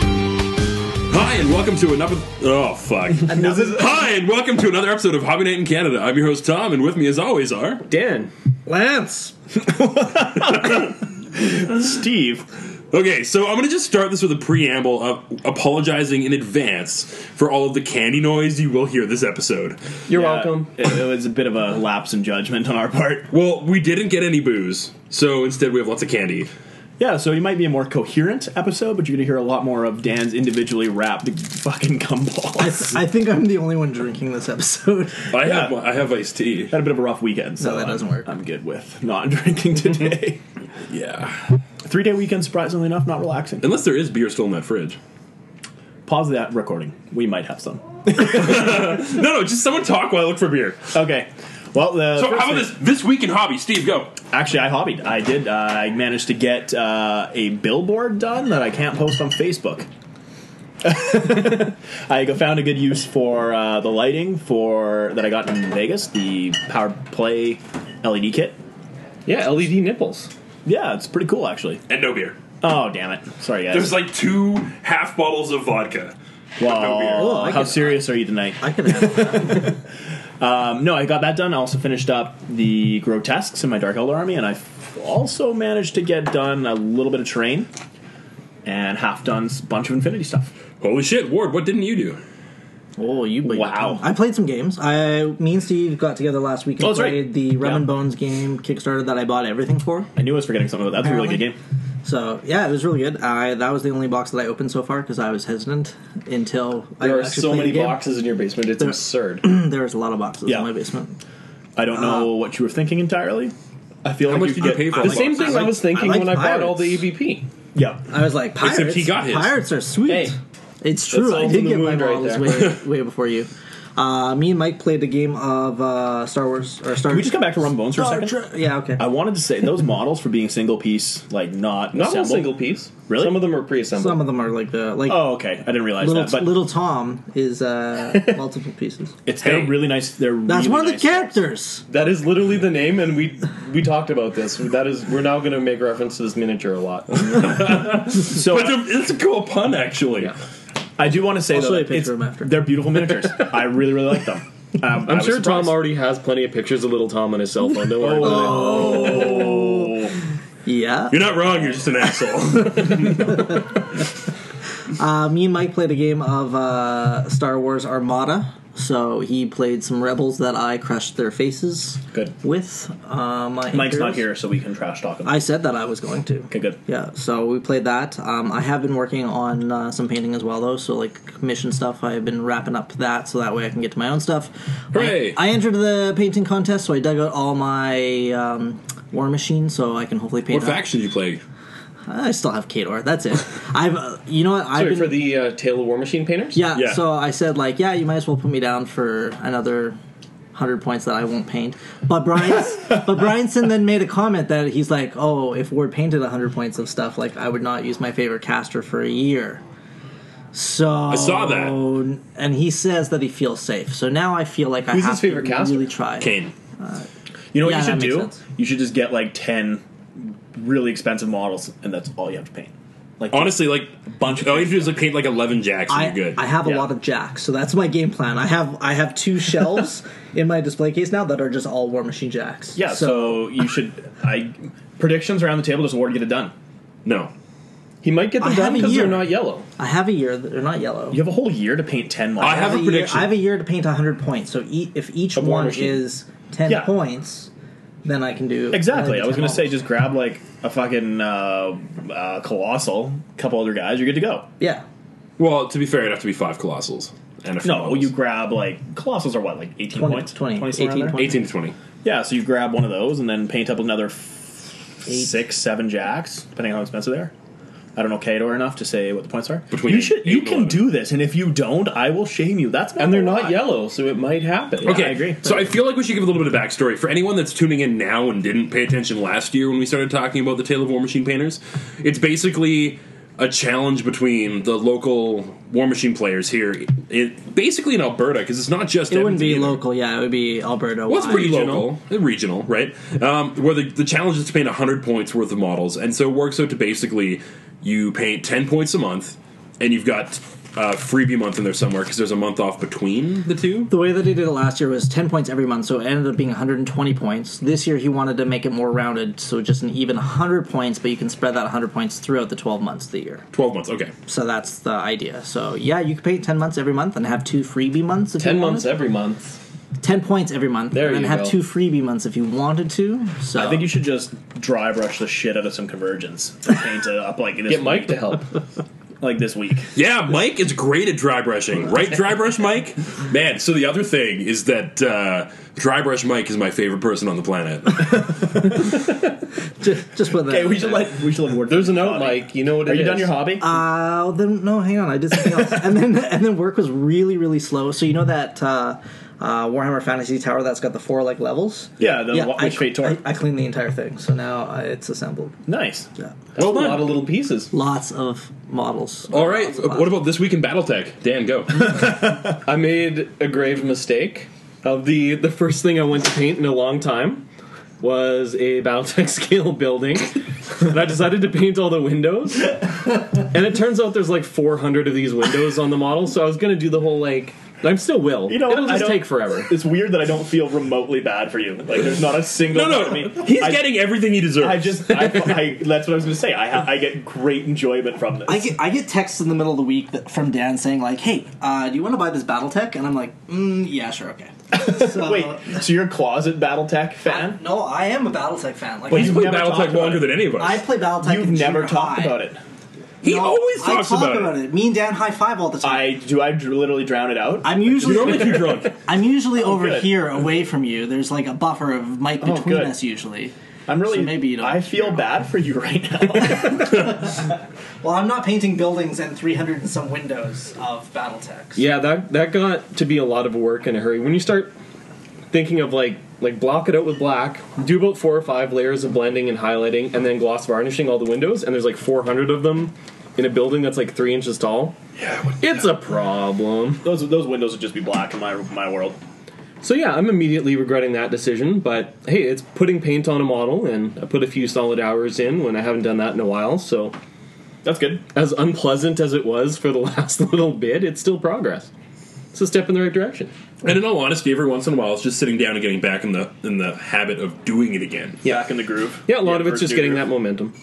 Hi, and welcome to another. Oh, fuck. Hi, and welcome to another episode of Hobby Night in Canada. I'm your host, Tom, and with me, as always, are. Dan. Lance. Steve. Okay, so I'm going to just start this with a preamble of apologizing in advance for all of the candy noise you will hear this episode. You're Yeah, welcome. It, it was a bit of a lapse in judgment on our part. Well, we didn't get any booze, so instead we have lots of candy. Yeah, so you might be a more coherent episode, but you're going to hear a lot more of Dan's individually wrapped fucking gumballs. I think I'm the only one drinking this episode. I have I have iced tea. Had a bit of a rough weekend, so that I'm- doesn't work. I'm good with not drinking today. Yeah. Three day weekend, surprisingly enough, not relaxing. Unless there is beer still in that fridge. Pause that recording. We might have some. No, no, just someone talk while I look for beer. Okay. Well, the So first how about thing- this this week in hobby, Steve? Go. Actually, I hobbied. I did. Uh, I managed to get uh, a billboard done that I can't post on Facebook. I go- found a good use for uh, the lighting for that I got in Vegas, the Power Play LED kit. Yeah, LED nipples. Yeah, it's pretty cool actually. And no beer. Oh damn it! Sorry guys. There's like two half bottles of vodka. no beer. Wow. Oh, I how can- serious are you tonight? I can have that. Um, no, I got that done. I also finished up the grotesques in my Dark Elder army, and I f- also managed to get done a little bit of terrain and half done a bunch of Infinity stuff. Holy shit, Ward, what didn't you do? Oh, you Wow. I played some games. I, me and Steve got together last week and Oh, that's right. played the Rum Yeah. and Bones game Kickstarter that I bought everything for. I knew I was forgetting something, but that's a really good game. So yeah, it was really good. I that was the only box that I opened so far because I was hesitant until I There are actually so played many the game. boxes in your basement. It's absurd. There was a lot of boxes Yeah. in my basement. I don't know what you were thinking entirely. I feel How like much did you get- pay for the all same boxes? thing I, like- was I thinking like when I bought all pirates. the E EVP. Yeah, I was like, pirates. Except he got his. Pirates are sweet. Hey. It's true. I solves did the get my wound right models there. way, way before you. Uh, me and Mike played a game of uh, Star Wars or Star. Can we just come back to Rum Bones for a Star second. Trek- Yeah. Okay. I wanted to say those models for being single piece, like not Not all assembled. single piece. Really? Some of them are pre-assembled. Some of them are like the like Oh, okay. I didn't realize little that, but little Tom is uh, multiple pieces. it's Hey. they're really nice. They're really That's one of the nice. characters. that is literally the name, and we we talked about this. That is, we're now going to make reference to this miniature a lot. So But it's a cool pun, actually. Yeah. I do want to say I'll though, show you a that picture it's- of 'em after. they're beautiful miniatures. I really really like them. Um, I I'm was sure Tom surprised. already has plenty of pictures of little Tom on his cell phone. Don't worry about Yeah. You're not wrong, you're just an asshole. Uh, me and Mike played a game of uh, Star Wars Armada. So he played some rebels that I crushed their faces. Good. With uh, my Mike's not anchors. here, so we can trash talk him. I said that I was going to. okay, good. Yeah, so we played that. Um, I have been working on uh, some painting as well, though. So like commission stuff, I've been wrapping up that, so that way I can get to my own stuff. Hooray! I, I entered the painting contest, so I dug out all my um, war machine, so I can hopefully paint. what up- faction do you play? I still have Kador. That's it. I've uh, you know what I've it. Sorry, been for the uh, Tail of War Machine painters. yeah, Yeah. So I said like yeah, you might as well put me down for another. 100 points that I won't paint. But Brian but Bryanson then made a comment that he's like, "Oh, if Ward painted 100 points of stuff, like I would not use my favorite caster for a year." So I saw that. And he says that he feels safe. So now I feel like I Who's have his favorite to caster? really try. Kane. You know what Yeah, you should that makes do? sense. You should just get like ten really expensive models, and that's all you have to paint. Like Honestly, like, bunch all you have to do is like paint like 11 jacks and I, you're good. I have a Yeah. lot of jacks, so that's my game plan. I have I have two shelves in my display case now that are just all War Machine jacks. yeah. So, you should. I predictions around the table. Does Ward get it done? no. he might get I them have done a because year. they're not yellow. I have a year that they're not yellow. You have a whole year to paint ten models. I have a year- prediction. I have a year to paint 100 points. So e- if each Of War one Machine. is 10 Yeah. points, then I can do exactly. another I was 10 going to say models. just grab like a fucking uh, uh, colossal, couple other guys. You're good to go. yeah. Well, to be fair, it'd have to be five colossals. And a few No, models. you grab like colossals are what like eighteen 20, points, 20, 20, somewhere 18 around there? 18 to 20. Yeah, so you grab one of those and then paint up another f- Eight. six, seven jacks, depending on how expensive they are. I don't know Kador enough to say what the points are. Between you should, eight you and can 11. do this, and if you don't, I will shame you. That's and they're a not lot. yellow, so it might happen. Okay, I agree. So I feel like we should give a little bit of backstory for anyone that's tuning in now and didn't pay attention last year when we started talking about the Tale of War Machine painters. It's basically a challenge between the local War Machine players here, it, basically in Alberta, because it's not just It wouldn't be Edmonton either. local, yeah. It would be Alberta. Well, it's pretty regional. local, eh, regional, right? Um, where the, the challenge is to paint 100 points worth of models. And so it works out to basically you paint 10 points a month, and you've got uh, freebie month in there somewhere because there's a month off between the two. The way that he did it last year was 10 points every month, so it ended up being 120 points. This year he wanted to make it more rounded, so just an even 100 points, but you can spread that 100 points throughout the 12 months of the year. 12 months, okay. So that's the idea. So yeah, you could pay 10 months every month and have two freebie months if Ten you months wanted. every month. 10 points every month There and then you have go. two freebie months if you wanted to. So I think you should just dry brush the shit out of some convergence and paint it up like it is Get Mike to help. like this week. Yeah, Mike is great at dry brushing, right? Dry brush Mike, man. So the other thing is that uh, dry brush Mike is my favorite person on the planet. ju- just put that. Okay, we out should there. like we should like word. There's for an your out, hobby. Mike. You know what? Are it you done is. your hobby? Uh, then no, hang on. I did something else, and then and then work was really really slow. So you know that uh, uh, Warhammer Fantasy Tower that's got the four like levels. yeah, the yeah, I, Fate tour. I, I cleaned the entire thing, so now uh, it's assembled. nice. Yeah. well A lot done. of little pieces. Lots of models. All right. uh, Lots of What about this week in BattleTech? Dan, go. I made a grave mistake. Of the the first thing I went to paint in a long time was a BattleTech scale building, and I decided to paint all the windows. And it turns out there's like 400 of these windows on the model, so I was gonna do the whole like. I still will. You know, it'll I just don't- take forever. It's weird that I don't feel remotely bad for you. Like there's not a single No, part of no, me. he's I, getting everything he deserves. I just I, I, that's what I was going to say. I ha- I get great enjoyment from this. I get I get texts in the middle of the week that, from Dan saying like, "Hey, uh, do you want to buy this BattleTech?" And I'm like, mm, "Yeah, sure, okay." So, Wait, so you're a closet BattleTech fan? no, I am a BattleTech fan. Like, Well, I, he's You've played never talked BattleTech about longer it. than any of us. I play BattleTech. You've in never junior talked high. about it. he No, always I talks talk about, it. Me and Dan high five all the time. I do. I dr- literally drown it out. I'm You're usually normally too drunk. I'm usually over good. here, away from you. There's like a buffer of mic Oh, between good. us usually. I'm really. So maybe you don't I feel care. bad for you right now. Well, I'm not painting buildings and 300 and some windows of BattleTech. Yeah, that that got to be a lot of work in a hurry. When you start thinking of like like block it out with black, do about four or five layers of blending and highlighting, and then gloss varnishing all the windows, and there's like 400 of them in a building that's like three inches tall. Yeah, It's a problem. those those windows would just be black in my my world. So yeah, I'm immediately regretting that decision, but hey, it's putting paint on a model, and I put a few solid hours in when I haven't done that in a while. So That's good. as unpleasant as it was for the last little bit, it's still progress. It's a step in the right direction. and in all honesty, every once in a while, it's just sitting down and getting back in the in the habit of doing it again. Back in the groove. Yeah, a lot of first it's just new getting groove. that momentum.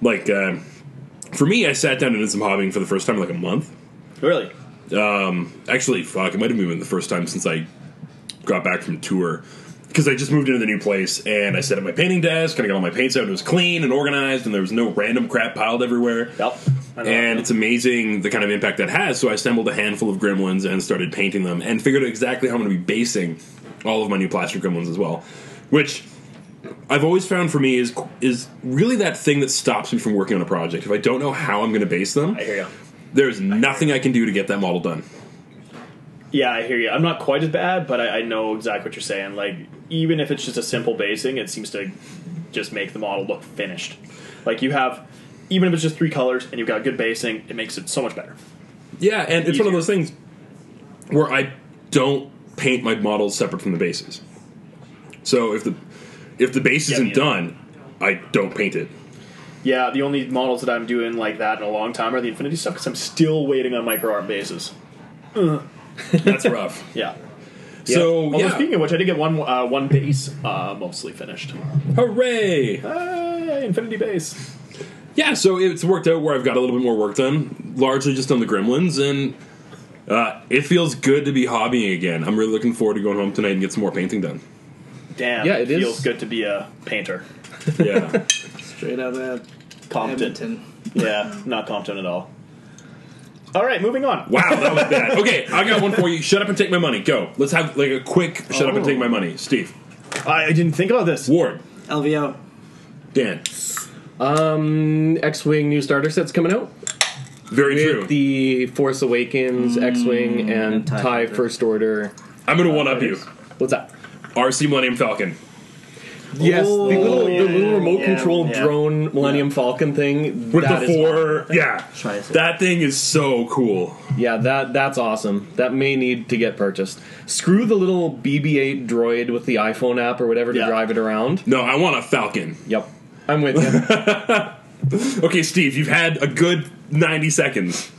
Like uh, for me, I sat down and did some hobbying for the first time in like a month. Oh, Really? Actually, fuck, it might have been the first time since I got back from tour because I just moved into the new place and I set up my painting desk and I got all my paints out. and It was clean and organized and there was no random crap piled everywhere. Yep. I know. And it's amazing the kind of impact that has. So I assembled a handful of gremlins and started painting them and figured out exactly how I'm going to be basing all of my new plastic gremlins as well, which I've always found for me is is really that thing that stops me from working on a project. If I don't know how I'm going to base them, I hear you. there's nothing I can do to get that model done. Yeah, I hear you. I'm not quite as bad, but I, I know exactly what you're saying. Like, even if it's just a simple basing, it seems to just make the model look finished. Like, you have, even if it's just three colors and you've got good basing, it makes it so much better. Yeah, and it's one of Easier. those things where I don't paint my models separate from the bases. So if the if the base Yeah, isn't yeah. done, I don't paint it. Yeah, the only models that I'm doing like that in a long time are the Infinity stuff because I'm still waiting on micro arm bases. That's rough. Yeah. So, Although, yeah. speaking of which, I did get one uh, one base uh, mostly finished. Hooray! Uh, Infinity base. Yeah, so it's worked out where I've got a little bit more work done, largely just on the Gremlins, and uh, it feels good to be hobbying again. I'm really looking forward to going home tonight and get some more painting done. Damn. Yeah, it is. feels good to be a painter. Yeah, Straight out of Competent. Yeah, not Compton at all. All right, moving on. wow, that was bad. Okay, I got one for you. Shut up and take my money. Go. Let's have like a quick shut up and take my money. Steve I, I didn't think about this. Ward, LVO. Dan. Um, X-wing new starter sets coming out Very with true. the Force Awakens, Hmm, X-wing, and and TIE Tie Fighter. First Order. I'm gonna one up you. What's that? Oh, RC Millennium Falcon. Yes, the little, the little remote yeah, control yeah. drone Millennium Falcon thing With that the is- four, yeah, Try it. that thing is so cool. Yeah, that that's awesome. That may need to get purchased. Screw the little BB-8 droid with the iPhone app or whatever to Yeah. drive it around. No, I want a Falcon. Yep, I'm with you. Okay, Steve, you've had a good 90 seconds.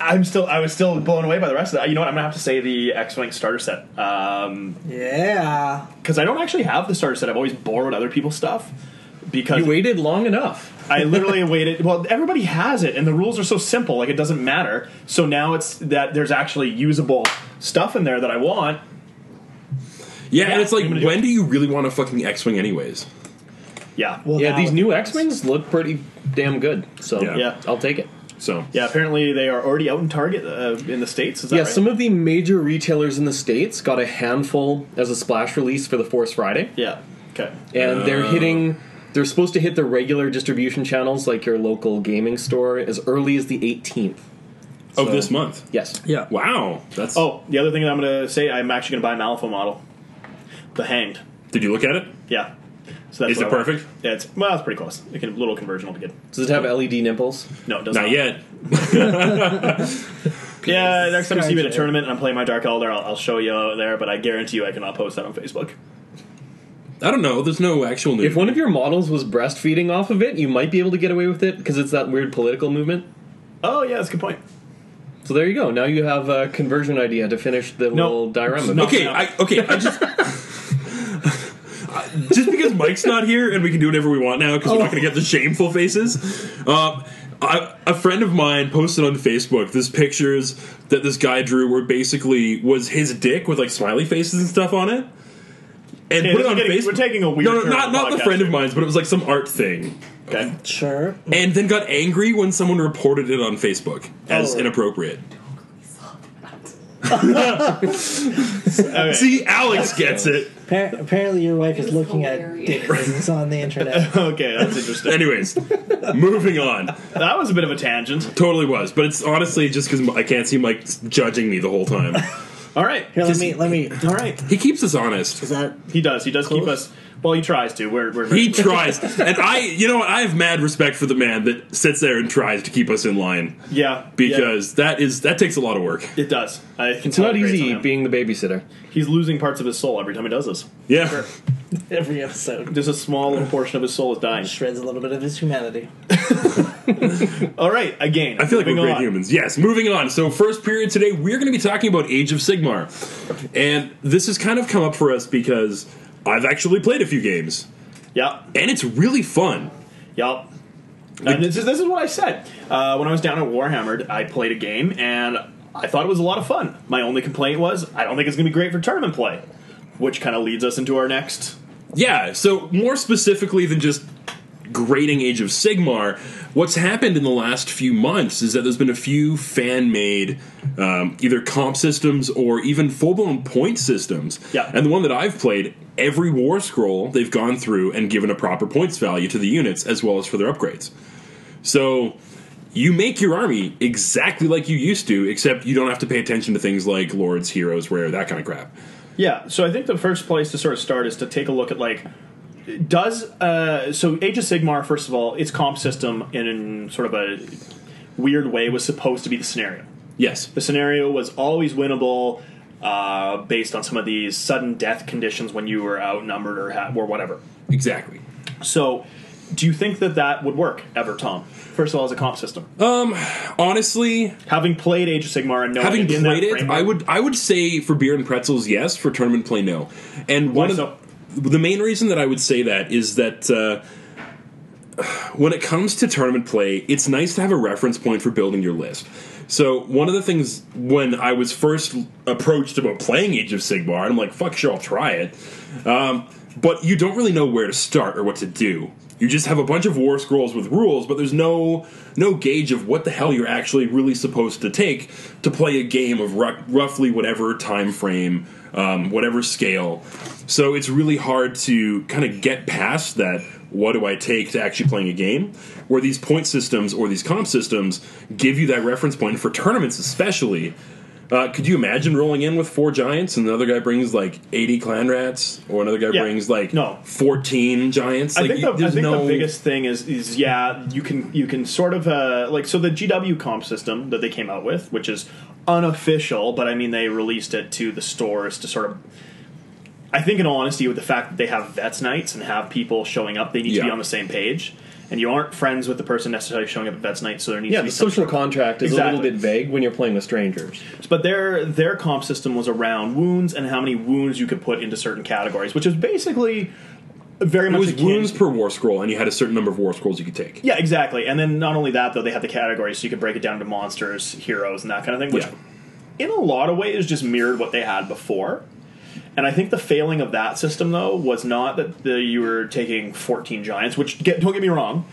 I'm still I was still blown away by the rest of that. You know what? I'm gonna have to say the X-wing starter set because Yeah. I don't actually have the starter set. I've always borrowed other people's stuff because you waited long enough. I literally waited. Well, everybody has it, and the rules are so simple; like it doesn't matter. So now it's that there's actually usable stuff in there that I want. Yeah, and it's like, I'm gonna do when do you really want a fucking X-wing, anyways? Yeah, Well, Yeah, now these it new does. X Wings look pretty damn good. So Yeah. Yeah. I'll take it. So yeah. Apparently, they are already out in Target uh, in the states. Is that Yeah, right? some of the major retailers in the states got a handful as a splash release for the Force Friday, yeah. Okay. and they're Oh. hitting. They're supposed to hit the regular distribution channels like your local gaming store as early as the 18th. of this month. Yes. Yeah. Wow, that's. Oh, Oh, the other thing that I'm going to say, I'm actually going to buy an Alpha model, the Hanged. did you look at it? Yeah. So Is that's what it I want. perfect? Yeah, it's well, it's pretty close. It can, a little conversion will be good. Does it have LED nipples? No, it does Not not. yet. Yeah, next time you see me at a Skyjack. tournament and I'm playing my Dark Elder, I'll, I'll show you out there. But I guarantee you, I cannot post that on Facebook. I don't know. There's no actual news. If one of your models was breastfeeding off of it, you might be able to get away with it because it's that weird political movement. Oh yeah, that's a good point. So there you go. Now you have a conversion idea to finish the little diorama. No. okay, I, okay, I just. just because Mike's not here and we can do whatever we want now because we're not going to get the shameful faces. Uh, I, a friend of mine posted on Facebook this pictures that this guy drew were basically was his dick with like smiley faces and stuff on it. And Okay, put this it is on getting- Facebook. we're taking a weird No, no, turn not on not the podcast friend of here. mine's, but it was like some art thing. Okay. Sure. And then got angry when someone reported it on Facebook as Oh. inappropriate. Okay. See, Alex gets it. Appar- apparently, your wife is looking hilarious. at dick things on the internet. okay, that's interesting. Anyways, moving on. that was a bit of a tangent. Totally was, but it's honestly just because I can't see Mike judging me the whole time. All right. Here, let me. Let me. All right. he keeps us honest. Is that He does. He does keep us. Well, he tries to. We're we're He tries, and I, you know, what, I have mad respect for the man that sits there and tries to keep us in line yeah because that is that takes a lot of work. yeah, it does. I can It's not easy Being being the babysitter. he's losing parts of his soul every time he does this. Yeah, every episode? There's a small little portion of his soul is dying. Shreds a little bit of his humanity. All right. Again, I feel like we're moving great on. humans. Yes, moving on. So first period today, we're going to be talking about Age of Sigmar, and this has kind of come up for us because I've actually played a few games, Yep. and it's really fun. Yep. And this is this is what I said uh, when I was down at Warhammered. I played a game and I thought it was a lot of fun. My only complaint was I don't think it's going to be great for tournament play, which kind of leads us into our next. Yeah, so more specifically than just grading Age of Sigmar, what's happened in the last few months is that there's been a few fan made um, either comp systems or even full blown point systems. Yeah. And the one that I've played, every war scroll they've gone through and given a proper points value to the units as well as for their upgrades. So you make your army exactly like you used to, except you don't have to pay attention to things like lords, heroes, rare, that kind of crap. Yeah. So I think the first place to sort of start is to take a look at like. Does uh, so Age of Sigmar? First of all, its comp system in, in sort of a weird way was supposed to be the scenario. Yes. The scenario was always winnable uh, based on some of these sudden death conditions when you were outnumbered or, ha- or whatever. Exactly. So, do you think that that would work ever, Tom? First of all, as a comp system, Uh, Honestly, having played Age of Sigmar and knowing having it in played that it, framework- I would I would say for beer and pretzels, yes. For tournament play, no. And Why one of so? the main reason that I would say that is that uh, when it comes to tournament play, it's nice to have a reference point for building your list. So one of the things when I was first approached about playing Age of Sigmar, and I'm like, "Fuck, sure, I'll try it," um, but you don't really know where to start or what to do. You just have a bunch of war scrolls with rules, but there's no no gauge of what the hell you're actually really supposed to take to play a game of ru- roughly whatever time frame, um, whatever scale. So it's really hard to kind of get past that. What do I take to actually playing a game? Where these point systems or these comp systems give you that reference point for tournaments, especially. Uh, could you imagine rolling in with four giants and another guy brings like 80 clan rats or another guy Yeah. brings like No. 14 giants? I Like, think, you- the, I there's think no- the biggest thing is is yeah you can you can sort of uh, like so the GW comp system that they came out with, which is unofficial, but I mean they released it to the stores to sort of. I think in all honesty, with the fact that they have vets nights and have people showing up, they need to be Yeah. on the same page, and you aren't friends with the person necessarily showing up at vets night, so there needs Yeah, to be the some social contract is a Exactly. little bit vague when you're playing with strangers. But their their comp system was around wounds and how many wounds you could put into certain categories, which is basically very It much was akin- wounds per war scroll, and you had a certain number of war scrolls you could take. Yeah, exactly. And then not only that, though, they have the categories, so you could break it down to monsters, heroes, and that kind of thing, which Yeah. in a lot of ways just mirrored what they had before. And I think the failing of that system, though, was not that the, you were taking 14 giants, which, get, don't get me wrong,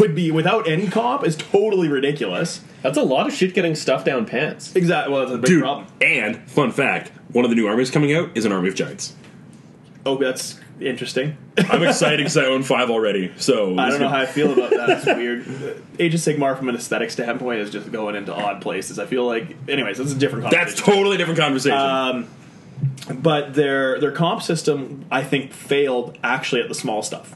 would be without any comp is totally ridiculous. That's a lot of shit getting stuff down pants. Exactly. Well, that's a big Dude, problem. and fun fact one of the new armies coming out is an army of giants. Oh, that's interesting. I'm excited because I own five already. So I this don't know could- how I feel about that. It's weird. Age of Sigmar, from an aesthetic standpoint, is just going into odd places. I feel like, anyways, that's a different. That's conversation. totally different conversation. Uh, but their their comp system I think failed actually at the small stuff,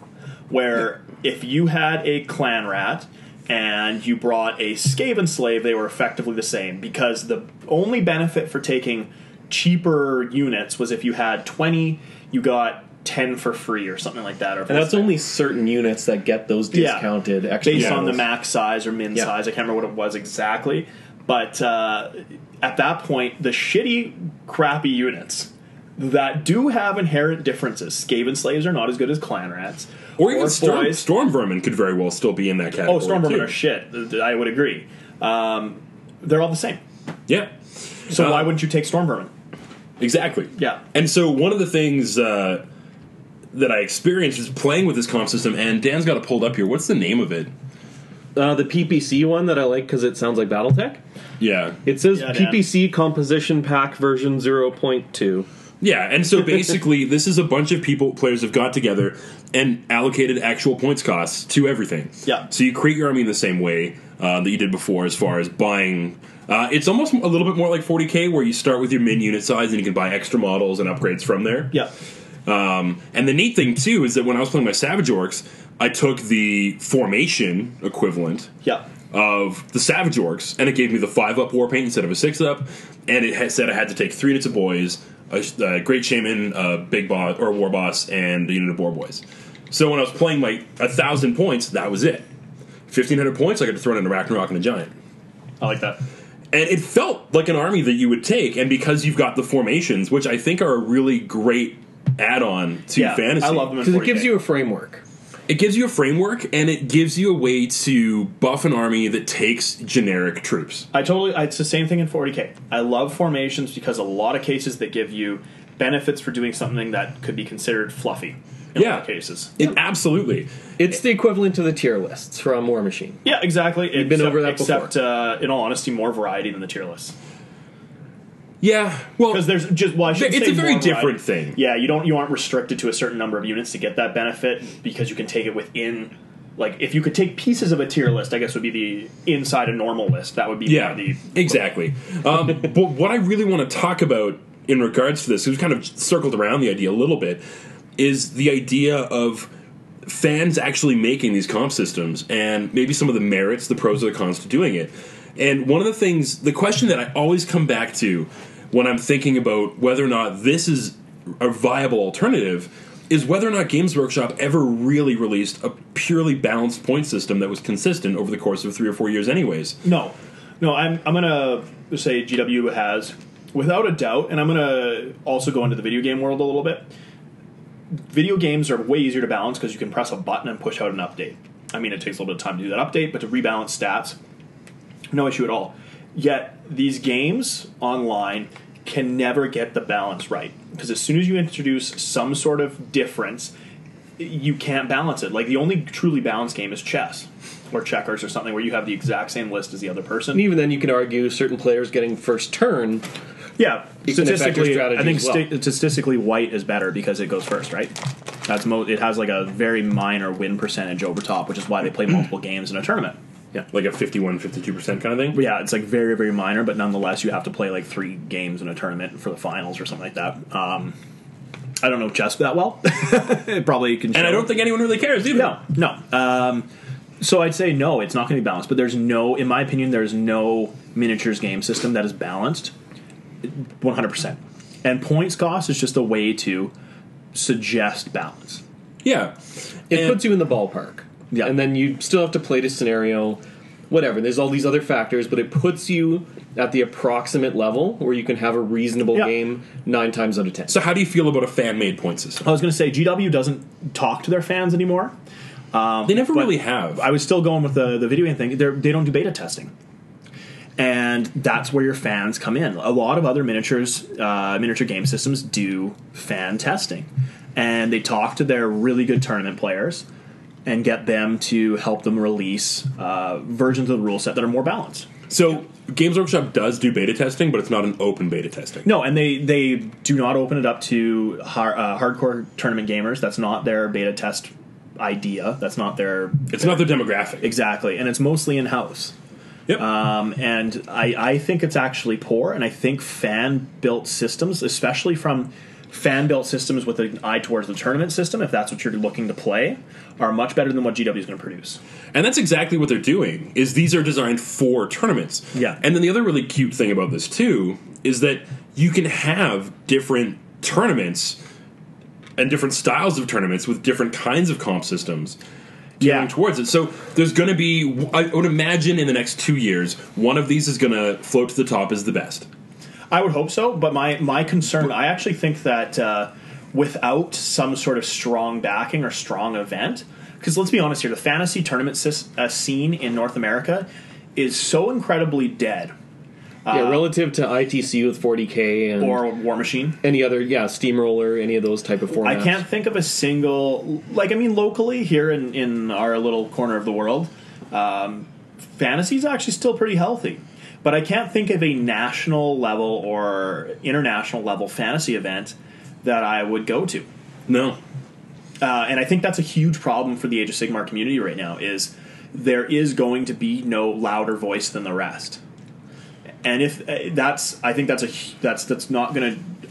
where if you had a clan rat and you brought a Skaven slave, they were effectively the same because the only benefit for taking cheaper units was if you had twenty, you got ten for free or something like that. Or And that's only certain units that get those Yeah. discounted extra based Yeah. on the models. max size or min Yeah. size. I can't remember what it was exactly, but uh, at that point, the shitty, crappy units that do have inherent differences. Skaven slaves are not as good as clan rats, or even storm, boys. storm vermin could very well still be in that category. Oh, storm vermin too. are shit. I would agree. Um, they're all the same. Yeah, So Uh, why wouldn't you take storm vermin? exactly. Yeah. And so one of the things uh, that I experienced is playing with this comp system, and Dan's got it pulled up here. What's the name of it? Uh, the PPC one that I like because it sounds like BattleTech. Yeah, It says Yeah, Dan. PPC Composition Pack version 0.2. yeah. And so basically, this is a bunch of people players have got together and allocated actual points costs to everything. Yeah. So you create your army in the same way uh, that you did before, as far as buying. Uh, it's almost a little bit more like 40k, where you start with your min unit size and you can buy extra models and upgrades from there. Yeah. Um, and the neat thing too is that when I was playing my Savage Orcs, I took the formation equivalent Yeah. of the Savage Orcs, and it gave me the five up war paint instead of a six up, and it had said I had to take three units of boys, a, sh- a great shaman, a big boss or war boss, and a unit of war boys. So when I was playing my a thousand points, that was it. Fifteen hundred points, I got to throw in a Ragnarok and a giant. I like that. And it felt like an army that you would take, and because you've got the formations, which I think are a really great add-on to Yeah, fantasy. I love them in Because it 40K. gives you a framework. It gives you a framework and it gives you a way to buff an army that takes generic troops. I totally. I- It's the same thing in 40k. I love formations because a lot of cases they give you benefits for doing something that could be considered fluffy. In Yeah. a lot of cases. It, absolutely. It's the equivalent to the tier lists from War Machine. Yeah, exactly. You've been over that before. except, uh, in all honesty, more variety than the tier list Yeah. Well, because there's just well, I shouldn't It's say a very more different variety. thing. Yeah, you don't you aren't restricted to a certain number of units to get that benefit because you can take it within. Like if you could take pieces of a tier list, I guess would be the inside a normal list. That would be yeah. the Exactly. Um, but what I really want to talk about in regards to this, we've kind of circled around the idea a little bit, is the idea of fans actually making these comp systems and maybe some of the merits, the pros, or the cons to doing it. And one of the things, the question that I always come back to when I'm thinking about whether or not this is a viable alternative is whether or not Games Workshop ever really released a purely balanced point system that was consistent over the course of three or four years, anyways. No, no, I'm I'm gonna say GW has without a doubt, and I'm gonna also go into the video game world a little bit. Video games are way easier to balance because you can press a button and push out an update. I mean, it takes a little bit of time to do that update, but to rebalance stats, no issue at all. Yet these games online can never get the balance right because as soon as you introduce some sort of difference, you can't balance it. Like the only truly balanced game is chess or checkers or something where you have the exact same list as the other person. And even then, you can argue certain players getting first turn. Yeah, You can affect your statistically, strategy I think as well. sti- statistically white is better because it goes first, right? That's mo- it has like a very minor win percentage over top, which is why they play multiple games in a tournament. like a 51, 52 percent kind of thing. But yeah, it's like very very minor, but nonetheless you have to play like three games in a tournament for the finals or something like that. Um, I don't know chess that well. it probably can. And I show- don't think anyone really cares either. No, no. Um, so I'd say no, it's not going to be balanced. But there's no, in my opinion, there's no miniatures game system that is balanced, 100. percent And points cost is just a way to suggest balance. Yeah, It And- puts you in the ballpark. Yeah. And then you still have to play the scenario, whatever. There's all these other factors, but it puts you at the approximate level where you can have a reasonable Yeah. game nine times out of ten. So how do you feel about a fan made point system? I was going to say GW doesn't talk to their fans anymore. they never Um, but- really have. I was still going with the, the video game thing. They're, they don't do beta testing. And that's where your fans come in. A lot of other miniatures, uh, miniature game systems do fan testing. And they talk to their really good tournament players and get them to help them release uh, versions of the rule set that are more balanced. so Games Workshop does do beta testing, but it's not an open beta testing. No, and they, they do not open it up to har- uh, hardcore tournament gamers. That's not their beta test idea. That's not their. It's not their demographic. Exactly. And it's mostly in house. Yep. Um, and I, I think it's actually poor, and I think fan built systems, especially from fan built systems with an eye towards the tournament system, if that's what you're looking to play, are much better than what GW is going to produce. And that's exactly what they're doing. Is these are designed for tournaments. Yeah. And then the other really cute thing about this too is that you can have different tournaments and different styles of tournaments with different kinds of comp systems Yeah, going towards it. So there's going to be I would imagine in the next 2 years one of these is going to float to the top as the best. I would hope so. But my my concern, I actually think that uh, without some sort of strong backing or strong event, because let's be honest here, the fantasy tournament sys- uh, scene in North America is so incredibly dead, yeah, relative to ITC with 40k and or War Machine. any other, yeah, steamroller, any of those type of formats. I can't think of a single like I mean locally here in in our little corner of the world, um, fantasy's actually still pretty healthy. But I can't think of a national level or international level fantasy event that I would go to. No. Uh, and I think that's a huge problem for the Age of Sigmar community right now is there is going to be no louder voice than the rest. And if uh, that's, I think that's a hu- that's that's not going to.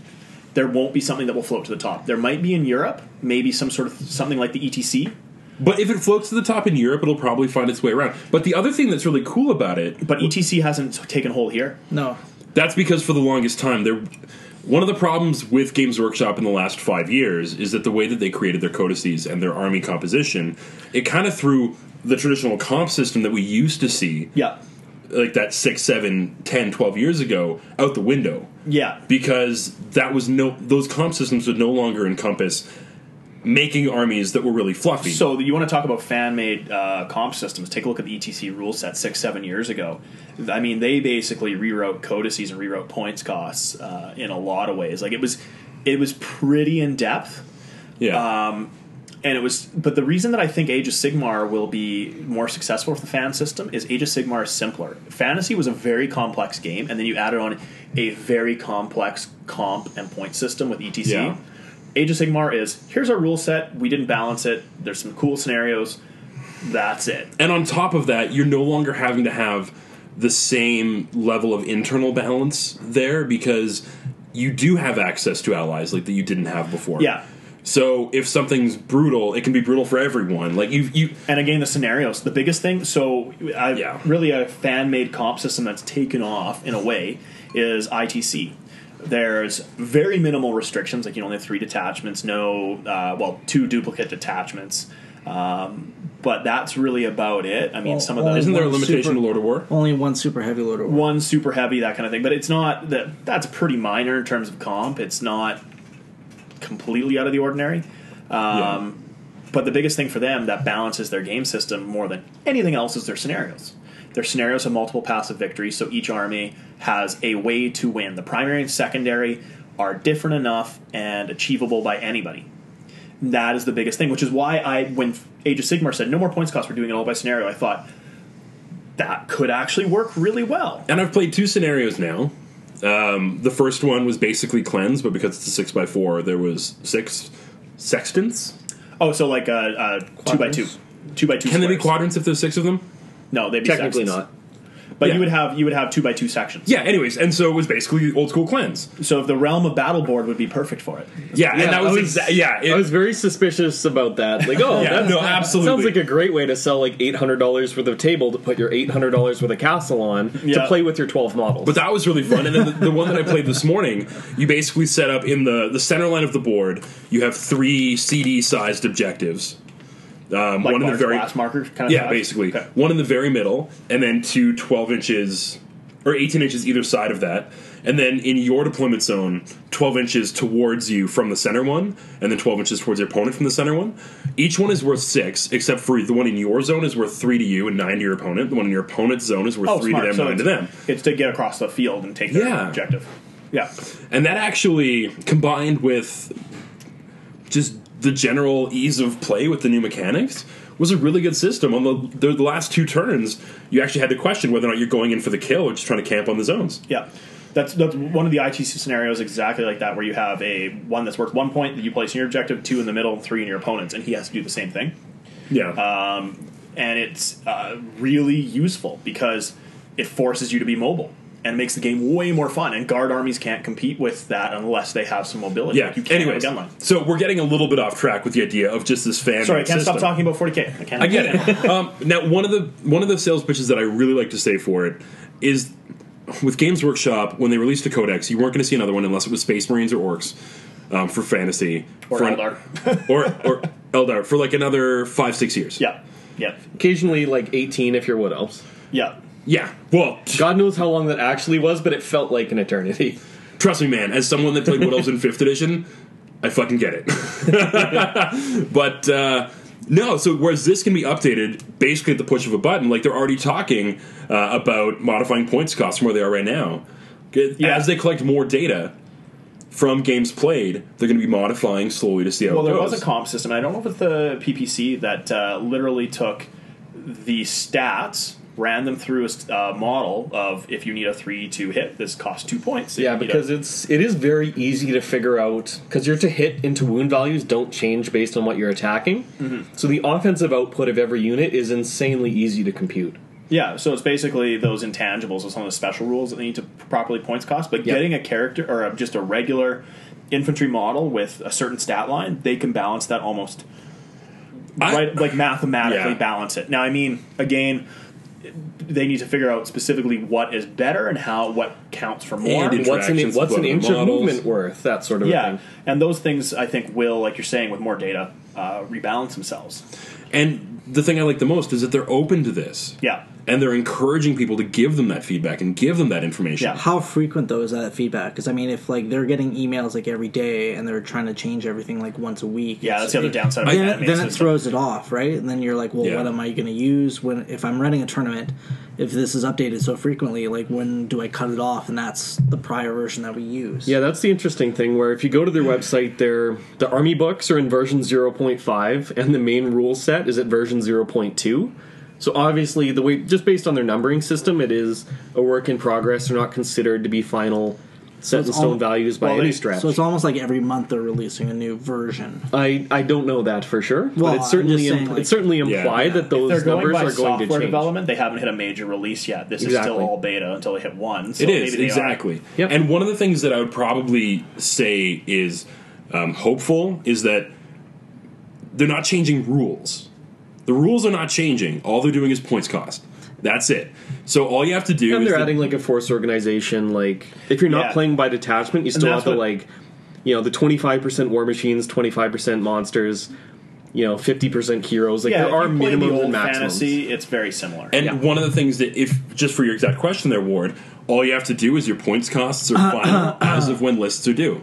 There won't be something that will float to the top. There might be in Europe, maybe some sort of something like the E ETC, But if it floats to the top in Europe, it'll probably find its way around. But the other thing that's really cool about it but ETC hasn't taken hold here. No. That's because for the longest time, there. One of the problems with Games Workshop in the last five years is that the way that they created their codices and their army composition, it kind of threw the traditional comp system that we used to see, Yeah, like that 6, 7, 10, 12 years ago, out the window. yeah, Because that was no those comp systems would no longer encompass making armies that were really fluffy. So you want to talk about fan-made uh, comp systems? Take a look at the ETC rule set six, seven years ago. I mean, they basically rewrote codices and rewrote points costs uh, in a lot of ways. Like it was, it was pretty in depth, yeah. um, and it was. But the reason that I think Age of Sigmar will be more successful with the fan system is Age of Sigmar is simpler. Fantasy was a very complex game, and then you added on a very complex comp and point system with ETC. Yeah. Age of Sigmar is here's our rule set. We didn't balance it. There's some cool scenarios. That's it. and on top of that, you're no longer having to have the same level of internal balance there because you do have access to allies like that you didn't have before. Yeah. So if something's brutal, it can be brutal for everyone. Like you, you And again, the scenarios. The biggest thing. So, I, Yeah. really, a fan made comp system that's taken off in a way is ITC. There's very minimal restrictions, like you only have three detachments, no, uh, well, two duplicate detachments. Um, but that's really about it. I mean, Well, some of well, those isn't there a One limitation super- to Lord of War? Only one super heavy loader. War. one super heavy, that kind of thing. But it's not that that's pretty minor in terms of comp. It's not completely out of the ordinary. Um, But the biggest thing for them that balances their game system more than anything else is their scenarios. Their scenarios have multiple paths of victory, so each army has a way to win. The primary and secondary are different enough and achievable by anybody. that is the biggest thing, which is why I, when Age of Sigmar said no more points cost, we're doing an all by scenario, I thought that could actually work really well. And I've played two scenarios now. Um, the first one was basically cleanse, but because it's a six by four, there was six sextants. Oh, so like uh, uh, two by two, Quadrants? two by two. Can they be squares. quadrants if there's six of them? No, they'd be Technically sections. not. But Yeah. you would have you would have two by two sections. Yeah. Anyways, and so it was basically old school cleanse. So if the realm of battle board would be perfect for it. Yeah, and that was, exa- yeah. It, I was very suspicious about that. Like, oh, yeah, that's- no, Sounds like absolutely. a great way to sell like eight hundred dollars worth of table to put your eight hundred dollars worth of castle on Yeah. to play with your twelve models. But that was really fun. And then the, the one that I played this morning, you basically set up in the, the center line of the board. You have three CD sized objectives. Um, Like one in the large very glass marker kind of yeah, size. basically Okay. one in the very middle, and then two 12 inches or 18 inches either side of that. And then in your deployment zone, 12 inches towards you from the center one, and then 12 inches towards your opponent from the center one. Each one is worth six, except for the one in your zone is worth three to you and nine to your opponent. The one in your opponent's zone is worth Oh, three smart. to them, so nine it's, to them. It's to get across the field and take their Yeah. objective. Yeah. And that actually combined with just the general ease of play with the new mechanics was a really good system. On the, the, the last two turns, you actually had to question whether or not you're going in for the kill or just trying to camp on the zones. Yeah. That's, that's one of the ITC scenarios exactly like that, where you have a one that's worth one point that you place in your objective, two in the middle, three in your opponent's, and he has to do the same thing. Yeah. Uh, And it's uh, really useful because it forces you to be mobile and makes the game way more fun. And guard armies can't compete with that unless they have some mobility. yeah. Like, you can't Anyways, have a gun line. so we're getting a little bit off track with the idea of just this fan. Sorry, I can't system. stop talking about 40k. I can't. I get it. um, now, one of the one of the sales pitches that I really like to say for it is with Games Workshop when they released the Codex, you weren't going to see another one unless it was Space Marines or Orcs um, for fantasy Or for Eldar. or or Eldar for like another five six years. Yeah. Yeah. Occasionally, like eighteen if you're wood elves. Yeah. yeah. Well, God knows how long that actually was, but it felt like an eternity. trust me, man. As someone that played Wood Elves in Fifth Edition, I fucking get it. but uh, no, so whereas this can be updated basically at the push of a button, like they're already talking uh, about modifying points costs from where they are right now. Yeah. As they collect more data from games played, they're going to be modifying slowly to see how Well, it there goes. was a comp system. and I don't know if it's the PPC that uh, literally took the stats, ran them through a s- uh, model of if you need a three to hit, this costs two points. If Yeah, you need because a, it's it is very easy to figure out because your to hit and to wound values don't change based on what you're attacking. Mm-hmm. So the offensive output of every unit is insanely easy to compute. yeah. So it's basically those intangibles of some of the special rules that they need to properly points cost. But Yeah. getting a character or a, just a regular infantry model with a certain stat line, they can balance that almost I- right, like mathematically Yeah. balance it. Now, I mean, again. They need to figure out specifically what is better and how what counts for more. And What's an Interactions what's an with inch other of models. movement worth? That sort of a Yeah, thing. and those things I think will, like you're saying, with more data, uh, rebalance themselves. and the thing I like the most is that they're open to this. Yeah, And they're encouraging people to give them that feedback and give them that information. Yeah. How frequent though is that feedback? Because I mean, if like they're getting emails like every day and they're trying to change everything like once a week, yeah, it's- that's the other it- downside. Of Then, anime it, then it system. throws it off, right? And then you're like, well, Yeah. what am I going to use when if I'm running a tournament? If this is updated so frequently, like when do I cut it off? And that's the prior version that we use. Yeah, that's the interesting thing. Where if you go to their website, their the army books are in version zero point five, and the main rule set is at version zero point two. So obviously, the way just based on their numbering system, it is a work in progress. They're not considered to be final set it's in stone al- values by well, any they- stretch. So it's almost like every month they're releasing a new version. I, I don't know that for sure, Well, but it's I'm certainly just imp- saying, like- it's certainly implied that They're those going numbers by are going to software change. development. They haven't hit a major release yet. This is Exactly. still all beta until they hit one. So It is maybe they are. exactly. Yep. And one of the things that I would probably say is um, hopeful is that they're not changing rules. The rules are not changing. All they're doing is points cost. That's it. So all you have to do And is they're the- adding like a force organization. Like if you're not Yeah. playing by detachment, you still that's have to what- like you know the twenty five percent war machines, twenty five percent monsters, you know fifty percent heroes. Like Yeah, there are if you play the minimums old and maximums. fantasy, it's very similar. and yeah. one of the things that if just for your exact question there, Ward, all you have to do is your points costs are Uh, final as of when lists are due.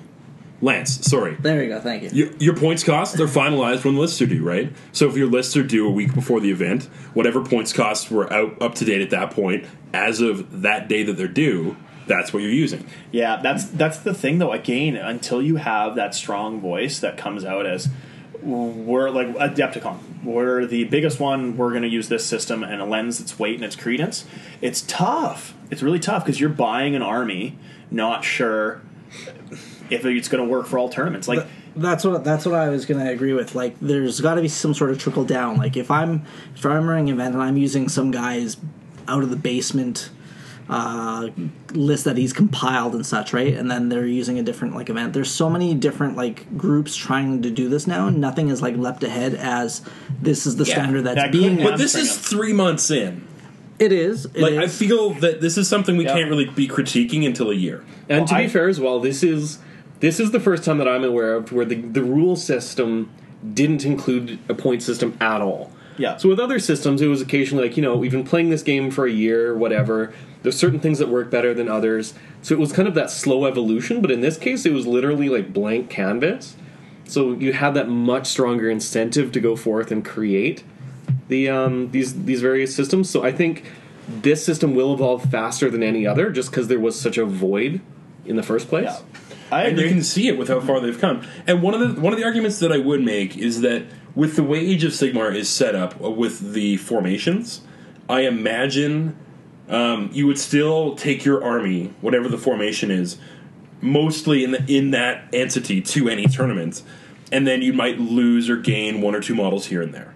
Lance, sorry. There you go. Thank you. Your, your points costs are finalized when lists are due, right? So if your lists are due a week before the event, whatever points costs were out up to date at that point, as of that day that they're due, that's what you're using. Yeah, that's that's the thing though. Again, until you have that strong voice that comes out as we're like at Adepticon. We're the biggest one. We're going to use this system and it lends its weight and its credence. It's tough. It's really tough because you're buying an army, not sure if it's going to work for all tournaments. Like, That's what that's what I was gonna agree with. Like, there's got to be some sort of trickle down. Like, if I'm if I'm running an event and I'm using some guy's out of the basement uh, list that he's compiled and such, right? And then they're using a different like event. There's so many different like groups trying to do this now. and Nothing is like leapt ahead as this is the Yeah. standard that's That being. couldn't But happen. But this is three months in. it is. It Like I is. feel that this is something we Yeah. can't really be critiquing until a year. And to Well, be I- fair as well, this is this is the first time that I'm aware of where the the rule system didn't include a point system at all. Yeah. So with other systems, it was occasionally like you know we've been playing this game for a year, whatever. There's certain things that work better than others. So it was kind of that slow evolution. But in this case, it was literally like blank canvas. So you had that much stronger incentive to go forth and create the um, these these various systems. So I think this system will evolve faster than any other, just because there was such a void in the first place. yeah. I and you agree. Mm-hmm. can see it with how far they've come. And one of the one of the arguments that I would make is that with the way Age of Sigmar is set up uh, with the formations, I imagine um, you would still take your army, whatever the formation is, mostly in the, in that entity to any tournament, and then you might lose or gain one or two models here and there.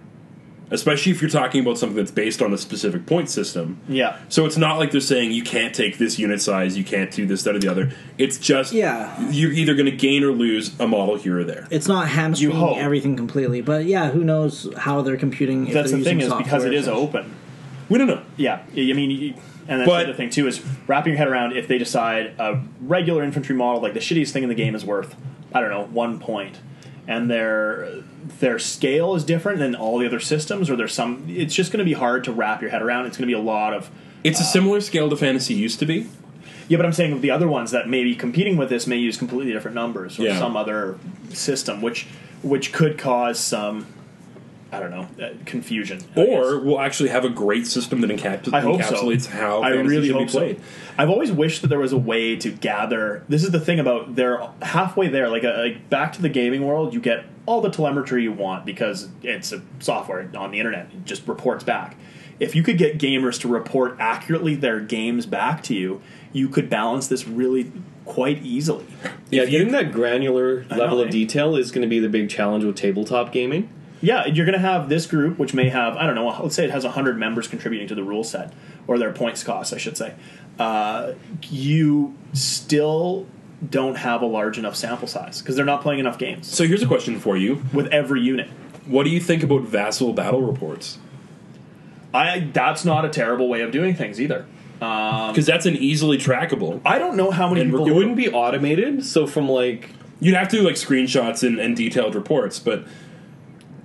Especially if you're talking about something that's based on a specific point system. yeah. So it's not like they're saying you can't take this unit size, you can't do this, that, or the other. It's just Yeah. you're either going to gain or lose a model here or there. it's not hamstringing hope. everything completely, but yeah, who knows how they're computing? If That's they're the thing using is because software. it is open. We don't know. Yeah, I I mean, you- and that's But- the other thing too is wrapping your head around if they decide a regular infantry model, like the shittiest thing in the game, is worth I don't know one point, and their their scale is different than all the other systems, or there's some. It's just going to be hard to wrap your head around. It's going to be a lot of It's a similar scale to fantasy used to be. yeah, but I'm saying the other ones that may be competing with this may use completely different numbers or Yeah. some other system, which which could cause some I don't know uh, confusion I guess. Or we'll actually have a great system that encaps- I hope so. encapsulates how I fantasy really should hope be played. so. I've always wished that there was a way to gather. This is the thing about they're halfway there. Like, uh like back to the gaming world, you get all the telemetry you want because it's a software on the internet. It just reports back. If you could get gamers to report accurately their games back to you, you could balance this really quite easily. Yeah, getting that granular I level know, of eh? detail is going to be the big challenge with tabletop gaming. Yeah, you're going to have this group, which may have, I don't know, let's say it has 100 members contributing to the rule set, or their points cost, I should say. Uh, you still don't have a large enough sample size because they're not playing enough games So here's a question for you: with every unit. What do you think about vassal battle reports? I, that's not a terrible way of doing things either. Um, Because that's an easily trackable. I don't know how many And people It we're- wouldn't be automated, so from like You'd have to do, like screenshots and, and detailed reports, but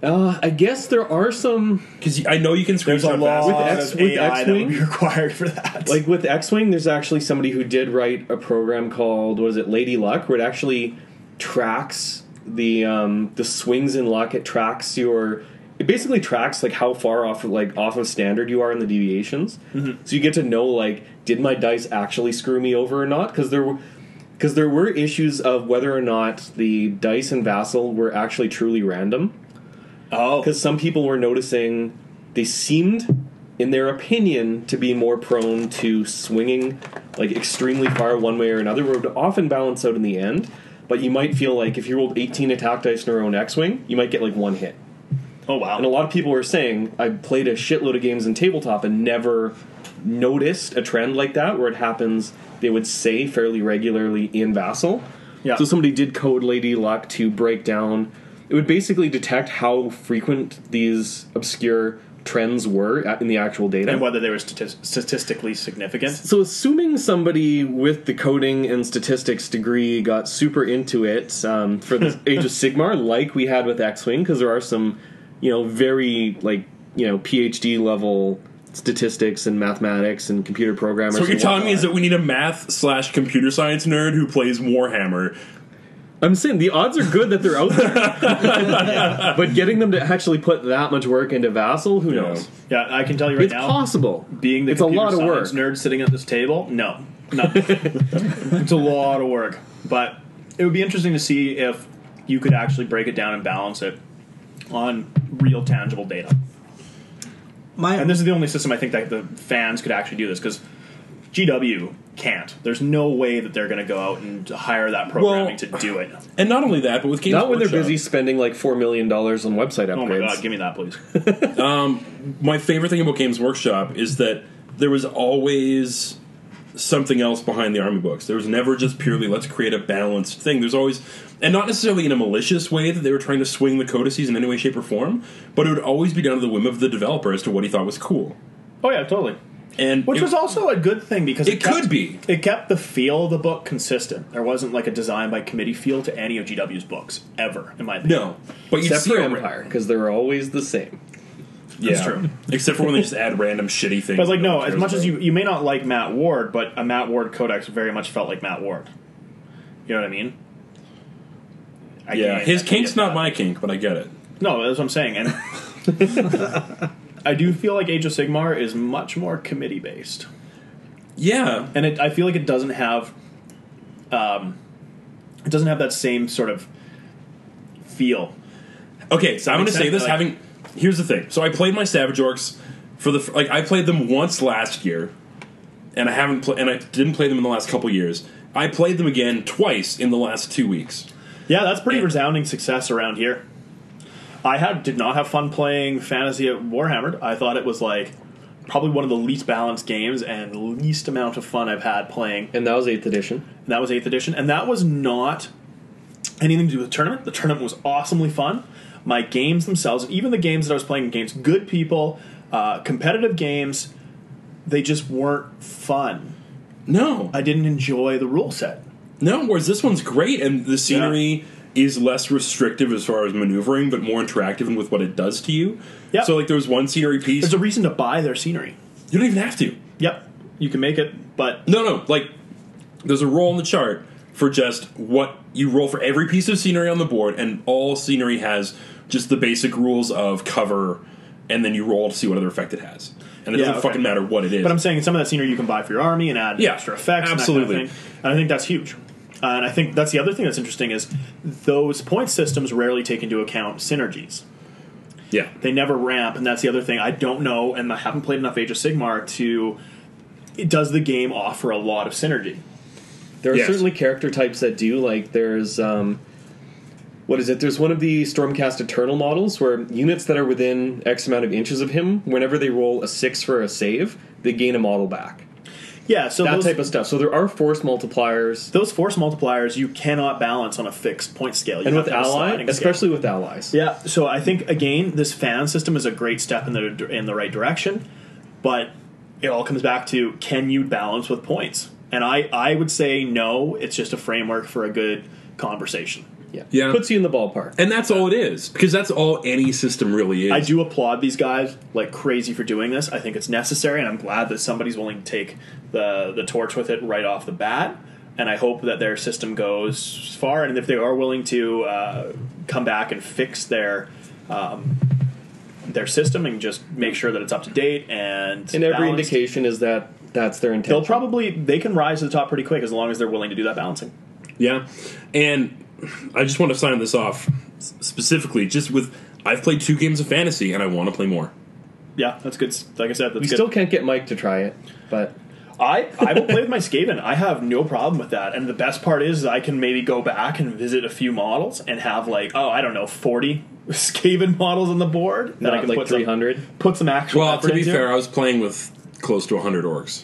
uh, I guess there are some because I know you can there's a screenshot lot vassal. With X- of with AI that would be X-Wing? required for that. like with X-wing. There's actually somebody who did write a program called was it Lady Luck, where it actually tracks the um, the swings in luck. It tracks your it basically tracks like how far off of, like off of standard you are in the deviations. So you get to know like did my dice actually screw me over or not? Because there were because there were issues of whether or not the dice and vassal were actually truly random. oh, because some people were noticing they seemed in their opinion to be more prone to swinging like extremely far one way or another would often balance out in the end but you might feel like if you rolled 18 attack dice in a row in x-wing you might get like one hit oh wow. and a lot of people were saying i played a shitload of games in tabletop and never noticed a trend like that where it happens they would say fairly regularly in vassal yeah. so somebody did code Lady Luck to break down. It would basically detect how frequent these obscure trends were at- in the actual data. and whether they were statis- statistically significant. so, assuming somebody with the coding and statistics degree got super into it um, for the Age of Sigmar, like we had with X-wing, because there are some, you know, very like you know PhD level statistics and mathematics and computer programmers. So what you're and telling me is whatnot. that we need a math slash computer science nerd who plays Warhammer I'm saying the odds are good that they're out there, but getting them to actually put that much work into Vassal, who knows? Yeah, I can tell you right it's now. possible. being the it's a lot of work. nerd sitting at this table no no it's a lot of work but it would be interesting to see if you could actually break it down and balance it on real tangible data. My And this is the only system I think that the fans could actually do this because GW can't. There's no way that they're going to go out and hire that programming Well- to do it. And not only that, but with Games Not when they're Workshop- busy spending like four million dollars on website upgrades. Oh my god, give me that, please. my favorite thing about Games Workshop is that there was always something else behind the army books. There was never just purely let's create a balanced thing. There's always and not necessarily in a malicious way that they were trying to swing the codices in any way, shape, or form, but it would always be down to the whim of the developer as to what he thought was cool. oh yeah, totally. And Which it- was also a good thing because It could be. It kept the feel of the book consistent. There wasn't like a design by committee feel to any of GW's books ever, in my opinion. no, but you Except see for a- Empire, because they're always the same. Yeah, That's true. Except for when they just add random shitty things. But like, that no, one as cares much as about. you you may not like Matt Ward, but a Matt Ward codex very much felt like Matt Ward. You know what I mean? I yeah, can't- I his can't kink's get not that. my kink, but I get it. No, that's what I'm saying. And I do feel like Age of Sigmar is much more committee based, Yeah, and it, I feel like it doesn't have, um, it doesn't have that same sort of feel. Okay, so I'm going to makes say sense, this. like- having here's the thing. So I played my Savage Orcs for the f- like I played them once last year, and I haven't pl- and I didn't play them in the last couple years. I played them again twice in the last two weeks. Yeah, that's pretty Yeah. resounding success around here. I had did not have fun playing Fantasy at Warhammered. I thought it was like probably one of the least balanced games and least amount of fun I've had playing. And that was eighth edition. That was eighth edition, and that was not anything to do with the tournament. The tournament was awesomely fun. My games themselves, and even the games that I was playing against good people, uh, competitive games, they just weren't fun. No, I didn't enjoy the rule set. no. Whereas this one's great, and the scenery is less restrictive as far as maneuvering, but more interactive and with what it does to you. Yep. So like, there was one scenery piece. There's a reason to buy their scenery. you don't even have to. Yep, you can make it, but No, no. Like, there's a roll on the chart for just what you roll for every piece of scenery on the board, and all scenery has just the basic rules of cover, and then you roll to see what other effect it has. And it Yeah, doesn't okay. fucking matter what it is. But I'm saying some of that scenery you can buy for your army and add Yeah, extra effects. absolutely. And, that kind of thing. and I think that's huge. Uh, and I think that's the other thing that's interesting is those point systems rarely take into account synergies. yeah. They never ramp, and that's the other thing. I don't know, and I haven't played enough Age of Sigmar to. It, does the game offer a lot of synergy? There are Yes. certainly character types that do. Like there's um, what is it? There's one of the Stormcast Eternal models where units that are within X amount of inches of him, whenever they roll a six for a save, they gain a model back. Yeah, so That those, type of stuff. So there are force multipliers. those force multipliers you cannot balance on a fixed point scale. You And have with to have a ally, sliding scale. especially with allies, Yeah, so I think again, this fan system is a great step in the in the right direction, but it all comes back to can you balance with points? And I I would say no. It's just a framework for a good conversation. yeah, Yeah. puts you in the ballpark. And that's all it is, because that's all any system really is. I do applaud these guys like crazy for doing this. I think it's necessary, and I'm glad that somebody's willing to take the the torch with it right off the bat. And I hope that their system goes far, and if they are willing to uh, come back and fix their um, their system and just make sure that it's up to date and And every balanced, indication is that that's their intention. they'll probably they can rise to the top pretty quick as long as they're willing to do that balancing. Yeah. And I just want to sign this off s- specifically, just with I've played two games of fantasy, and I want to play more. Yeah, that's good. s- Like I said, that's we good. still can't get Mike to try it, but I I will play with my Skaven. I have no problem with that. And the best part is I can maybe go back and visit a few models and have like oh I don't know forty Skaven models on the board that I not can uh, like put some three hundred. put some actual. Well, effort to be into. fair, I was playing with close to 100 orcs.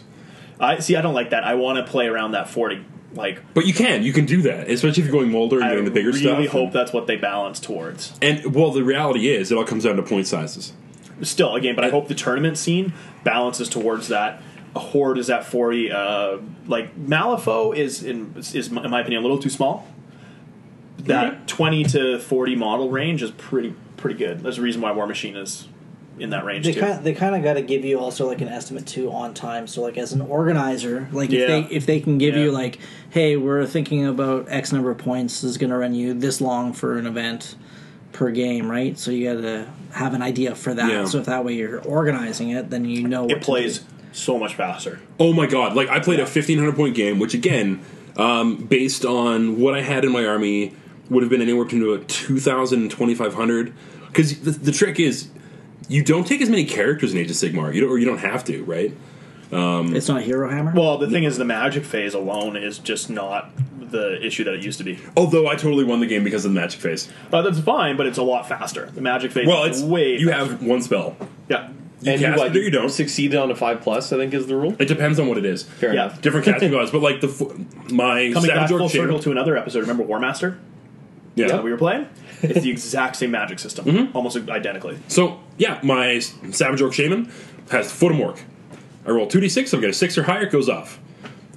I see. I don't like that. I want to play around that forty. Like But you can, you can do that, especially if you're going Mulder and I doing the bigger really stuff. hope that's what they balance towards. And well, the reality is, it all comes down to point sizes. Still again, but I hope the tournament scene balances towards that. A horde is at forty. Uh, like Malifaux is in is in my opinion a little too small. that 20 to 40 model range is pretty pretty good. There's a reason why War Machine is in that range they too. kind of, they kind of got to give you also like an estimate too on time. So like as an organizer, like Yeah. if they if they can give Yeah. you like, hey, we're thinking about X number of points this is going to run you this long for an event per game, right? So you got to have an idea for that. Yeah. So if that way you're organizing it, then you know what it to plays do. so much faster. Oh my god! Like I played a 1500 point game, which again, um, based on what I had in my army would have been anywhere between about 2,000 and 2,500. Because the, the trick is, you don't take as many characters in Age of Sigmar, you don't, or you don't have to, right? It's not Hero Hammer. Well, the thing is, the magic phase alone is just not the issue that it used to be. Although I totally won the game because of the magic phase. Uh, that's fine, but it's a lot faster. The magic phase Well, is it's way you faster. have one spell. yeah. You cast it or you don't. Succeed on a five plus, I think, is the rule. It depends on what it is. Fair Yeah. enough. Different casting gods, but like the f- my Coming Savage back Orc full Chamber- circle to another episode. Remember War Master Yeah. that we were playing? It's the exact same magic system, Mm-hmm. almost identically. So yeah, my s- Savage Orc Shaman has Foot of Mork. I roll two d six. I've got a six or higher. It goes off.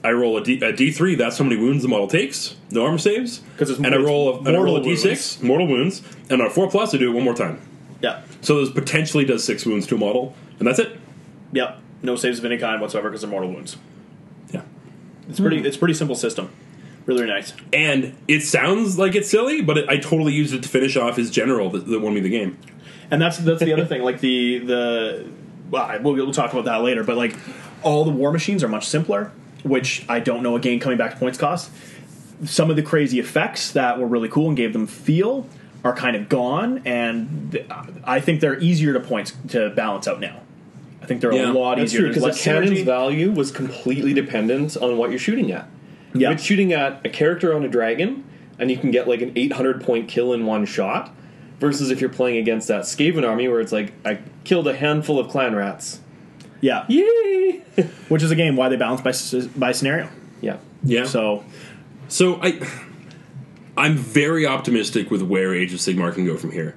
I roll a D, a d three. That's how many wounds the model takes. No armor saves. 'Cause it's and I mortal- roll a, and I roll a mortal d six mortal wounds and on a four plus I do it one more time. Yeah. So this potentially does six wounds to a model, and that's it. Yep. No saves of any kind whatsoever because they're mortal wounds. Yeah. It's Mm. pretty. It's pretty simple system. Really, really nice. And it sounds like it's silly, but it, I totally used it to finish off his general that, that won me the game. And that's that's the other thing. Like the the well, I- we'll we'll talk about that later. But like all the war machines are much simpler, which I don't know. Again, coming back to points cost, some of the crazy effects that were really cool and gave them feel are kind of gone, and th- I think they're easier to points to balance out now. I think they're Yeah, a lot That's easier. true, There's because less the cannon's synergy. value was completely dependent on what you're shooting at. Yeah. If it's shooting at a character on a dragon, and you can get like an 800 point kill in one shot, versus if you're playing against that Skaven army where it's like, I killed a handful of clan rats. yeah, Yay! which is again why they balance by s- by scenario. yeah. Yeah. So So I, I'm very optimistic with where Age of Sigmar can go from here,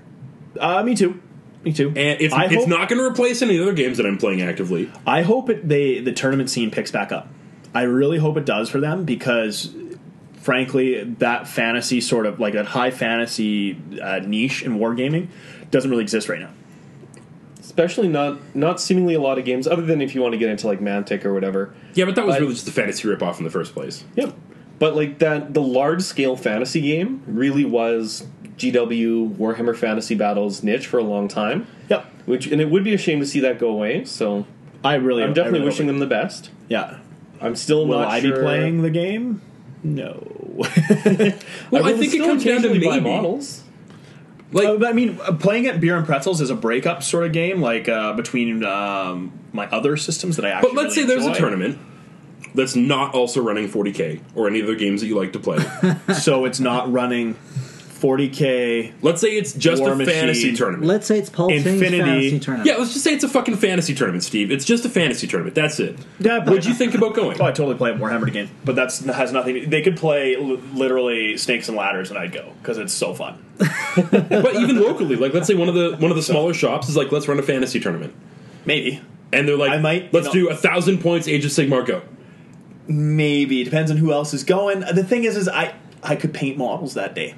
uh, me too, me too. and it's I it's hope- not going to replace any other games that I'm playing actively. I hope it, they the tournament scene picks back up. I really hope it does for them because, frankly, that fantasy sort of like that high fantasy uh, niche in wargaming doesn't really exist right now. Especially not not seemingly a lot of games, other than if you want to get into like Mantic or whatever. Yeah, but that was But- really just a fantasy ripoff in the first place. Yep. But like that, the large scale fantasy game really was GW Warhammer Fantasy Battles niche for a long time. Yep, Which and it would be a shame to see that go away. So I really. I'm definitely wishing them the best. Yeah. I'm still Will not I sure. be playing the game? No. Well, I, will think it still comes down to occasionally buy maybe. models. Like, Uh, but I mean, uh, playing at Beer and Pretzels is a breakup sort of game, like uh, between um, my other systems that I actually. but let's say really there's a enjoy. tournament that's not also running 40k or any of the games that you like to play. so it's not running 40k. let's say it's just War a Machine. fantasy tournament. Let's say it's Paul King's Infinity- fantasy tournament. yeah, let's just say it's a fucking fantasy tournament, Steve. It's just a fantasy tournament. That's it. Yeah, What'd you think about going? Oh, I totally play Warhammer again, but that's has nothing. They could play l- literally snakes and ladders, and I'd go because it's so fun. but even locally, like let's say one of the one of the smaller shops is like, let's run a fantasy tournament, Maybe, and they're like, I might- let's you know- do a thousand points Age of Sigmar go. maybe depends on who else is going. The thing is, is I I could paint models that day.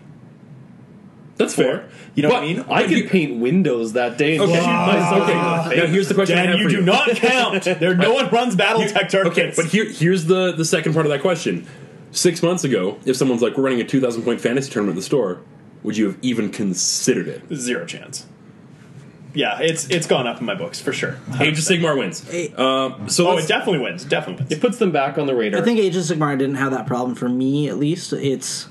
That's fair. You know what But I mean? I if could you- paint windows that day and Okay. shoot myself in the okay. Now here's the question I Dan, have you for do you. not count. There, no one runs BattleTech Okay, tournaments. but here, here's the the second part of that question. Six months ago, if someone's like, "We're running a 2,000 point fantasy tournament at the store," would you have even considered it? zero chance. Yeah, it's it's gone up in my books for sure. Age of Sigmar wins. Eight. Um, so Oh, let's- it definitely wins. Definitely wins. It puts them back on the radar. I think Age of Sigmar didn't have that problem for me, at least. It's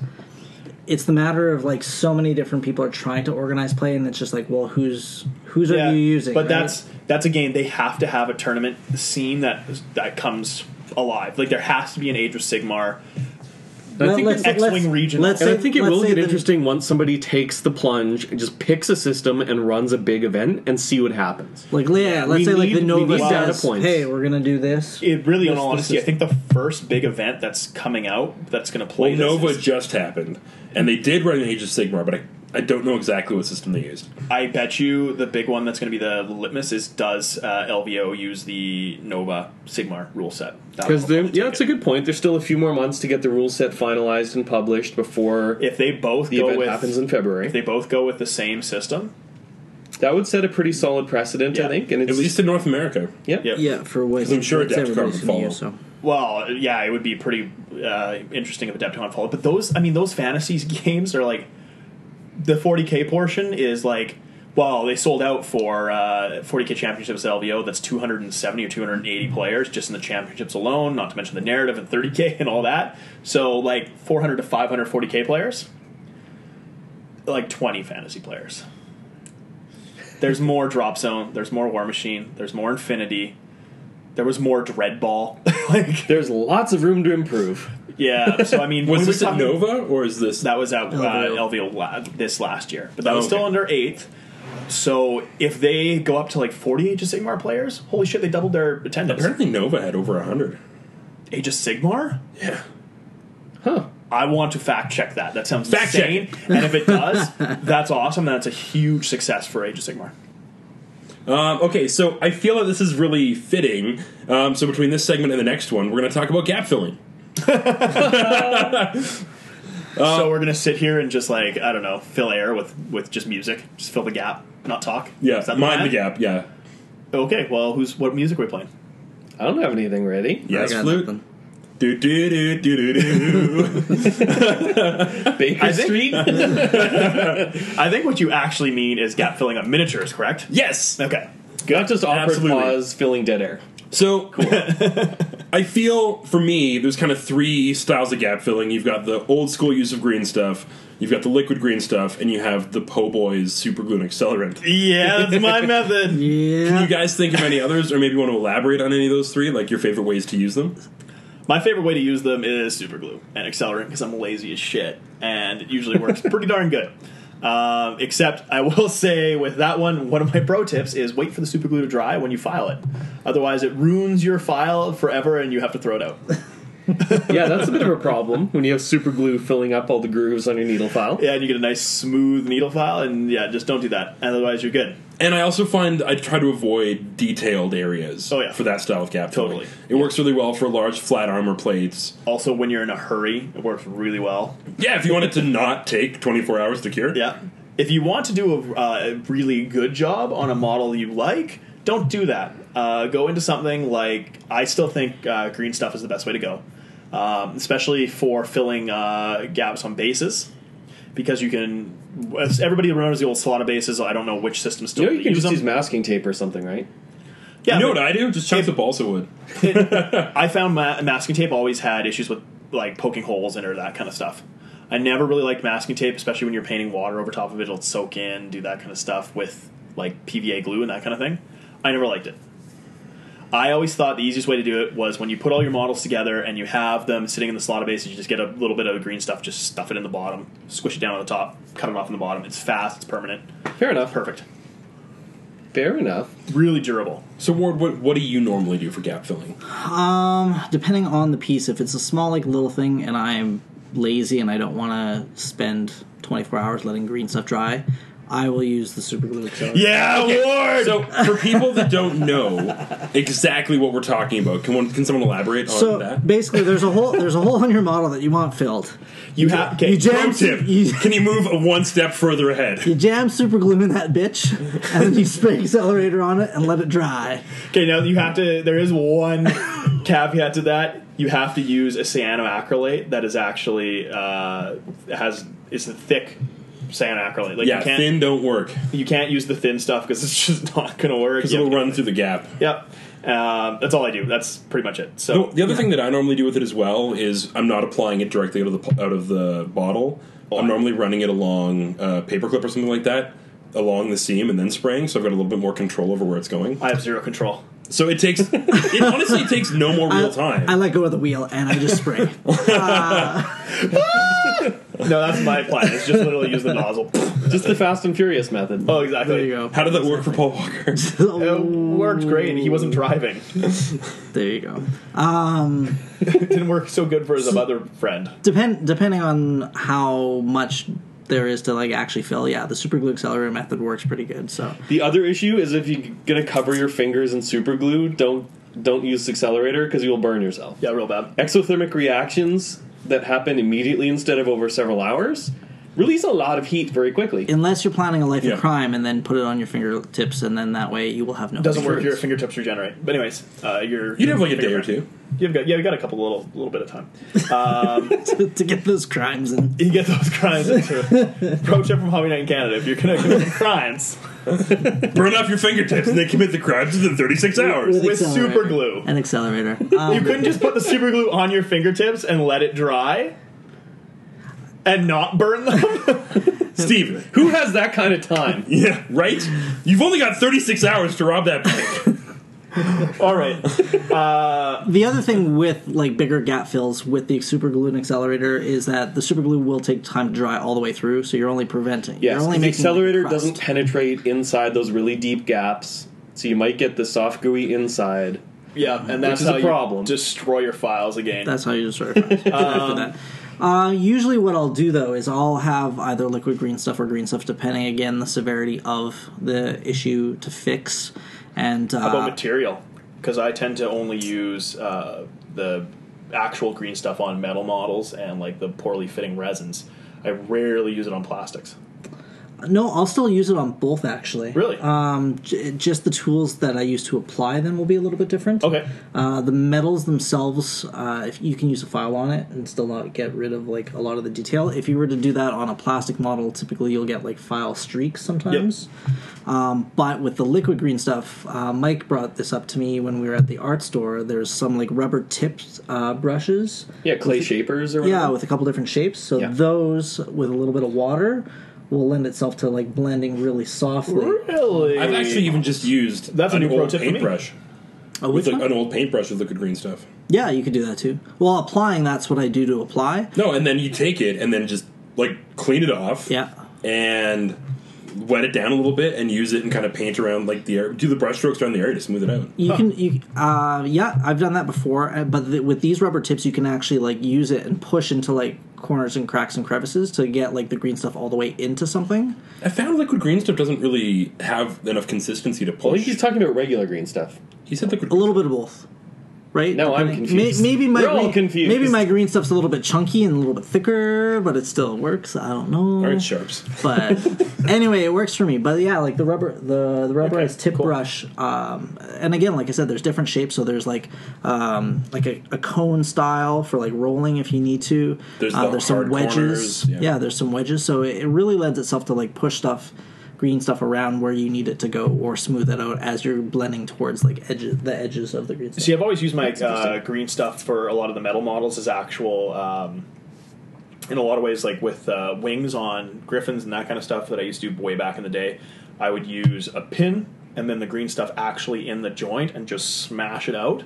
it's the matter of like so many different people are trying to organize play, and it's just like, well, who's who's Yeah, are you using? But right? that's that's again, they have to have a tournament scene that that comes alive. Like there has to be an Age of Sigmar. I Well, think let's- it's- X-Wing let's- regional. let's and I say- think it let's will say get the- interesting once somebody takes the plunge and just picks a system and runs a big event and see what happens. Like, yeah, let's We say like the need- Nova we need data says, points. "Hey, we're gonna do this." It really, in all the honesty, I think system. the first big event that's coming out that's going to play Well, this Nova is- just happened, and they did run an Age of Sigmar, but I, I don't know exactly what system they used. I bet you the big one that's going to be the litmus is does uh, LVO use the Nova Sigmar rule set? That'll Because probably yeah, take it's a it. good point. There's still a few more months to get the rule set finalized and published before If they both the go event with happens in February. if they both go with the same system, that would set a pretty solid precedent, Yeah. I think. And it's, At least in North America. yeah, yeah, Yeah, for what? I'm sure what Adepticon would everybody's gonna follow. use, so. Well, yeah, it would be pretty uh, interesting if Adepticon followed. But those, I mean, those fantasies games are like the 40k portion is like, well, they sold out for uh, 40k championships at LVO. That's 270 or 280 players just in the championships alone. Not to mention the narrative and 30k and all that. So like 400 to 500 40k players. like 20 fantasy players. There's more Drop Zone. There's more War Machine. There's more Infinity. There was more Dreadball. like, There's lots of room to improve. yeah. So I mean, Was when this we're at talking- Nova or is this? That was at uh, LVO. LVO la- this last year, but that Oh, was still okay. under eighth. So if they go up to like 40 Age of Sigmar players, holy shit, they doubled their attendance. Apparently, Nova had over hundred. Age of Sigmar? Yeah. Huh. I want to fact check that. That sounds Fact check. insane. And if it does, that's awesome. That's a huge success for Age of Sigmar. Um, okay, so I feel that this is really fitting. Um, so between this segment and the next one, we're going to talk about gap filling. Uh, so we're gonna sit here and just like I don't know, fill air with with just music, just fill the gap, not talk. Yeah, Is that mind the plan? gap. Yeah, Okay, well, who's what music are we playing? I don't have anything ready. yes, I got flute. nothing. Do do do do do do. Baker think- Street. I think what you actually mean is gap filling on miniatures, correct? Yes. Okay. Not just awkward Absolutely. pause, filling dead air. So I feel for me, there's kind of three styles of gap filling. You've got the old school use of green stuff, you've got the liquid green stuff, and you have the po' boys super glue and accelerant. Yeah, that's my method. You Yeah. guys think of any others, or maybe want to elaborate on any of those three, like your favorite ways to use them? My favorite way to use them is super glue and accelerant because I'm lazy as shit, and it usually works pretty darn good. Um, except I will say with that one, one of my pro tips is wait for the super glue to dry when you file it. Otherwise, it ruins your file forever, and you have to throw it out. Yeah, that's a bit of a problem when you have super glue filling up all the grooves on your needle file. Yeah, and you get a nice smooth needle file, and yeah, just don't do that. Otherwise, you're good. And I also find I try to avoid detailed areas Oh, yeah. for that style of gap filling. Totally. It works really well for large flat armor plates. Also, when you're in a hurry, it works really well. Yeah, if you want it to not take 24 hours to cure. Yeah. If you want to do a, uh, a really good job on a model you like, don't do that. Uh, go into something like I still think uh, green stuff is the best way to go, um, especially for filling uh, gaps on bases, because you can. as Everybody remembers the old slot of bases. I don't know which system still You know, you can use just them. use masking tape or something, right? yeah, You know but- what I do? Just chunk the balsa wood. I found ma- masking tape always had issues with like poking holes in it or that kind of stuff. I never really liked masking tape, especially when you're painting water over top of it. It'll soak in, do that kind of stuff with like PVA glue and that kind of thing. I never liked it. I always thought the easiest way to do it was when you put all your models together and you have them sitting in the slot bases, you just get a little bit of green stuff, just stuff it in the bottom, squish it down on the top, cut it off in the bottom. It's fast, it's permanent, Fair enough. perfect, Fair enough. really durable. So, Ward, what, what do you normally do for gap filling? Um, depending on the piece, if it's a small like little thing and I'm lazy and I don't want to spend 24 hours letting green stuff dry, I will use the super glue accelerator. Yeah, Ward! So, for people that don't know exactly what we're talking about, can one, can someone elaborate on So that? basically, there's a hole. There's a hole in your model that you want filled. you have okay, You jam. Pro tip: You, Can you move one step further ahead? you jam super glue in that bitch, and then you spray accelerator on it and let it dry. Okay, now you have to. There is one caveat to that. You have to use a cyanoacrylate that is actually uh, has is a thick cyanoacrylate. Like Yeah, you can't thin don't work you can't use the thin stuff because it's just not going to work. because You it'll have to- run through the gap. Yep. Um, that's all I do. That's pretty much it. So The, the other thing that I normally do with it as well is I'm not applying it directly out of the po- out of the bottle. I'm normally running it along a paperclip or something like that along the seam and then spraying, so I've got a little bit more control over where it's going. I have zero control. So it takes it honestly takes no more Uh, real time. I let go of the wheel and I just spray. No, that's my plan. It's just literally use the nozzle. Just the fast and furious method. Oh, exactly. there you go. How did that work for Paul Walker? It worked great. He wasn't driving. There you go. It didn't work so good for his other friend. Depend depending on how much there is to like actually fill. Yeah, the super glue accelerator method works pretty good. So The other issue is if you're gonna cover your fingers in super glue, don't don't use accelerator because you'll burn yourself. Yeah, real bad. Exothermic reactions that happen immediately instead of over several hours release a lot of heat very quickly. unless you're planning a life Yeah. of crime and then put it on your fingertips and then that way you will have no. Doesn't work if your fingertips regenerate. But anyways, uh, your You'd have like a day or two. You've got yeah, we got a couple little little bit of time. to, to get those crimes in. You get those crimes into it. Pro tip from Hobby Night in Canada: if you're gonna commit crimes Burn off your fingertips and they commit the crimes within 36 hours. with Accelerator. super glue, An accelerator. you Um, couldn't just put the super glue on your fingertips and let it dry and not burn them. Steve, Who has that kind of time? yeah, right? You've only got 36 hours to rob that bank. All right. The other thing with like bigger gap fills with the super glue and accelerator is that the super glue will take time to dry all the way through, so you're only preventing. Yes, you're only 'cause the making accelerator crust. doesn't penetrate inside those really deep gaps, so you might get the soft gooey inside. Yeah, and that's is a how problem. you destroy your files again. That's how you destroy fries after that. Uh, usually, what I'll do though is I'll have either liquid green stuff or green stuff, depending again the severity of the issue to fix. And uh, How about material? Because I tend to only use uh, the actual green stuff on metal models and like the poorly fitting resins. I rarely use it on plastics. uh, no, I'll still use it on both actually. Really? Um, j- just the tools that I use to apply them will be a little bit different. Okay. Uh, the metals themselves, uh, if you can use a file on it and still not get rid of like a lot of the detail. If you were to do that on a plastic model, typically you'll get like file streaks sometimes. Um, but with the liquid green stuff, uh, Mike brought this up to me when we were at the art store. There's some like rubber tipped uh, brushes. Yeah, clay shapers or Yeah, whatever. with a couple different shapes. So Yeah. those with a little bit of water will lend itself to like blending really softly. Really? I've actually even just used That's a an new pro old tip for me. paintbrush. Oh, With which like one? an old paintbrush with liquid green stuff. yeah, you could do that too. Well, applying that's what I do to apply. No, and then you take it and then just like clean it off. Yeah. And wet it down a little bit and use it and kind of paint around like the air, do the brush strokes around the area to smooth it out. You can, you, uh, yeah, I've done that before, uh, but th with these rubber tips, you can actually like use it and push into like corners and cracks and crevices to get like the green stuff all the way into something. I found liquid green stuff doesn't really have enough consistency to I push. think he's talking about regular green stuff. he said liquid A little bit of both, right? No, I'm Depending- confused. May, maybe my We're all green- confused. Maybe my green stuff's a little bit chunky and a little bit thicker, but it still works. I don't know. aren't sharps. but anyway, it works for me. But yeah, like the rubber, the the rubberized tip cool. brush. Um, and again, like I said, there's different shapes. So there's like um, like a, a cone style for like rolling if you need to. There's uh, the there's hard some wedges. corners, yeah. yeah. there's some wedges. So it, it really lends itself to like push stuff, green stuff around where you need it to go, or smooth it out as you're blending towards like edges, the edges of the green stuff. See, I've always used my uh, green stuff for a lot of the metal models as actual, um, in a lot of ways, like with uh, wings on griffins and that kind of stuff that I used to do way back in the day. I would use a pin and then the green stuff actually in the joint and just smash it out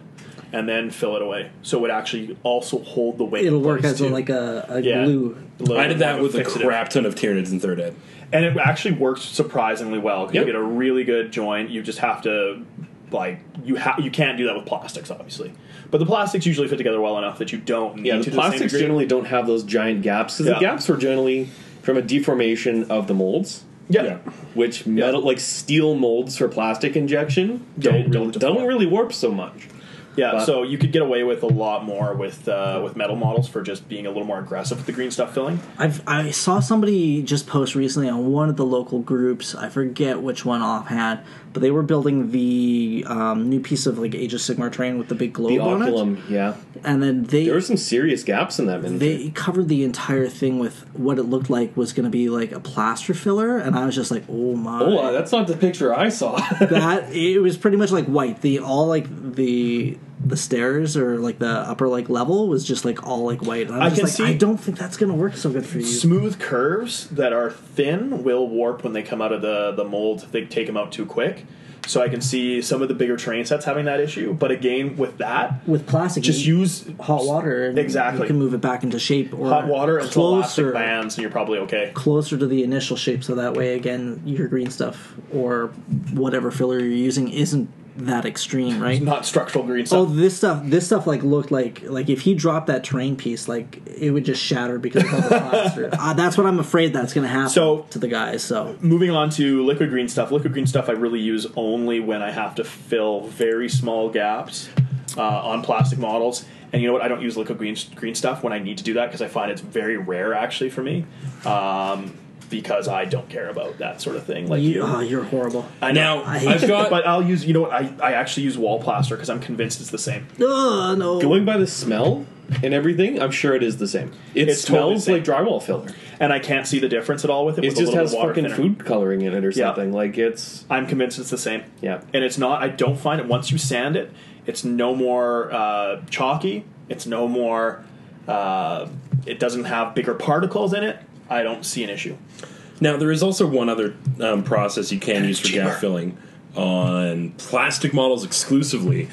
and then fill it away. So it would actually also hold the weight. in It'll work place, as a, too. like a, a yeah. glue. Little- I did that like with a fixative. crap ton of Tyranids in third ed. and it actually works surprisingly well. 'cause Yep. You get a really good joint. You just have to like you ha- you can't do that with plastics, obviously. But the plastics usually fit together well enough that you don't need Yeah, to the do the same plastics degree. generally don't have those giant gaps because Yeah. the gaps were generally from a deformation of the molds, yeah. which metal like steel molds for plastic injection Yeah, don't don't don't, deform. don't really warp so much. Yeah, But- so you could get away with a lot more with uh, with metal models for just being a little more aggressive with the green stuff filling. I've I saw somebody just post recently on one of the local groups. I forget which one offhand, but they were building the um, new piece of like Age of Sigmar train with the big globe The on oculum, yeah, it, and then they there were some serious gaps in that miniature. they covered the entire thing with what it looked like was going to be like a plaster filler, and I was just like, oh my, Oh, uh, that's not the picture I saw. that it was pretty much like white. The all like the the stairs or like the upper like level was just like all like white. And I, was I just can like, see- I don't think that's going to work so good for you. Smooth curves that are thin will warp when they come out of the the mold. if They take them out too quick. So I can see some of the bigger train sets having that issue. But again, with that, with plastic, just you- use hot water and Exactly. you can move it back into shape or hot water and elastic closer bands, and you're probably okay. closer to the initial shape so that way again your green stuff or whatever filler you're using isn't that extreme right Not structural green oh stuff. this stuff this stuff like looked like like if he dropped that terrain piece like it would just shatter because of all the plaster uh, that's what i'm afraid that's gonna happen So- to the guys so Moving on to liquid green stuff. Liquid green stuff I really use only when I have to fill very small gaps uh, on plastic models. And you know what? I don't use liquid green green stuff when I need to do that because I find it's very rare actually for me. Um, because I don't care about that sort of thing. Like you, you, oh, you're horrible I Now know. I've got but I'll use. You know what? I, I actually use wall plaster because I'm convinced it's the same. oh no Going by the smell and everything, I'm sure it is the same. It It's totally smells the like drywall filler. And I can't see the difference at all with it. It with a just little has bit of water fucking thinner. food coloring in it or Yeah. something. Like it's I'm convinced it's the same. yeah. and it's not i don't find it once you sand it it's no more uh, chalky it's no more uh, it doesn't have bigger particles in it i don't see an issue Now there is also one other um, process you can use for gap filling on plastic models exclusively,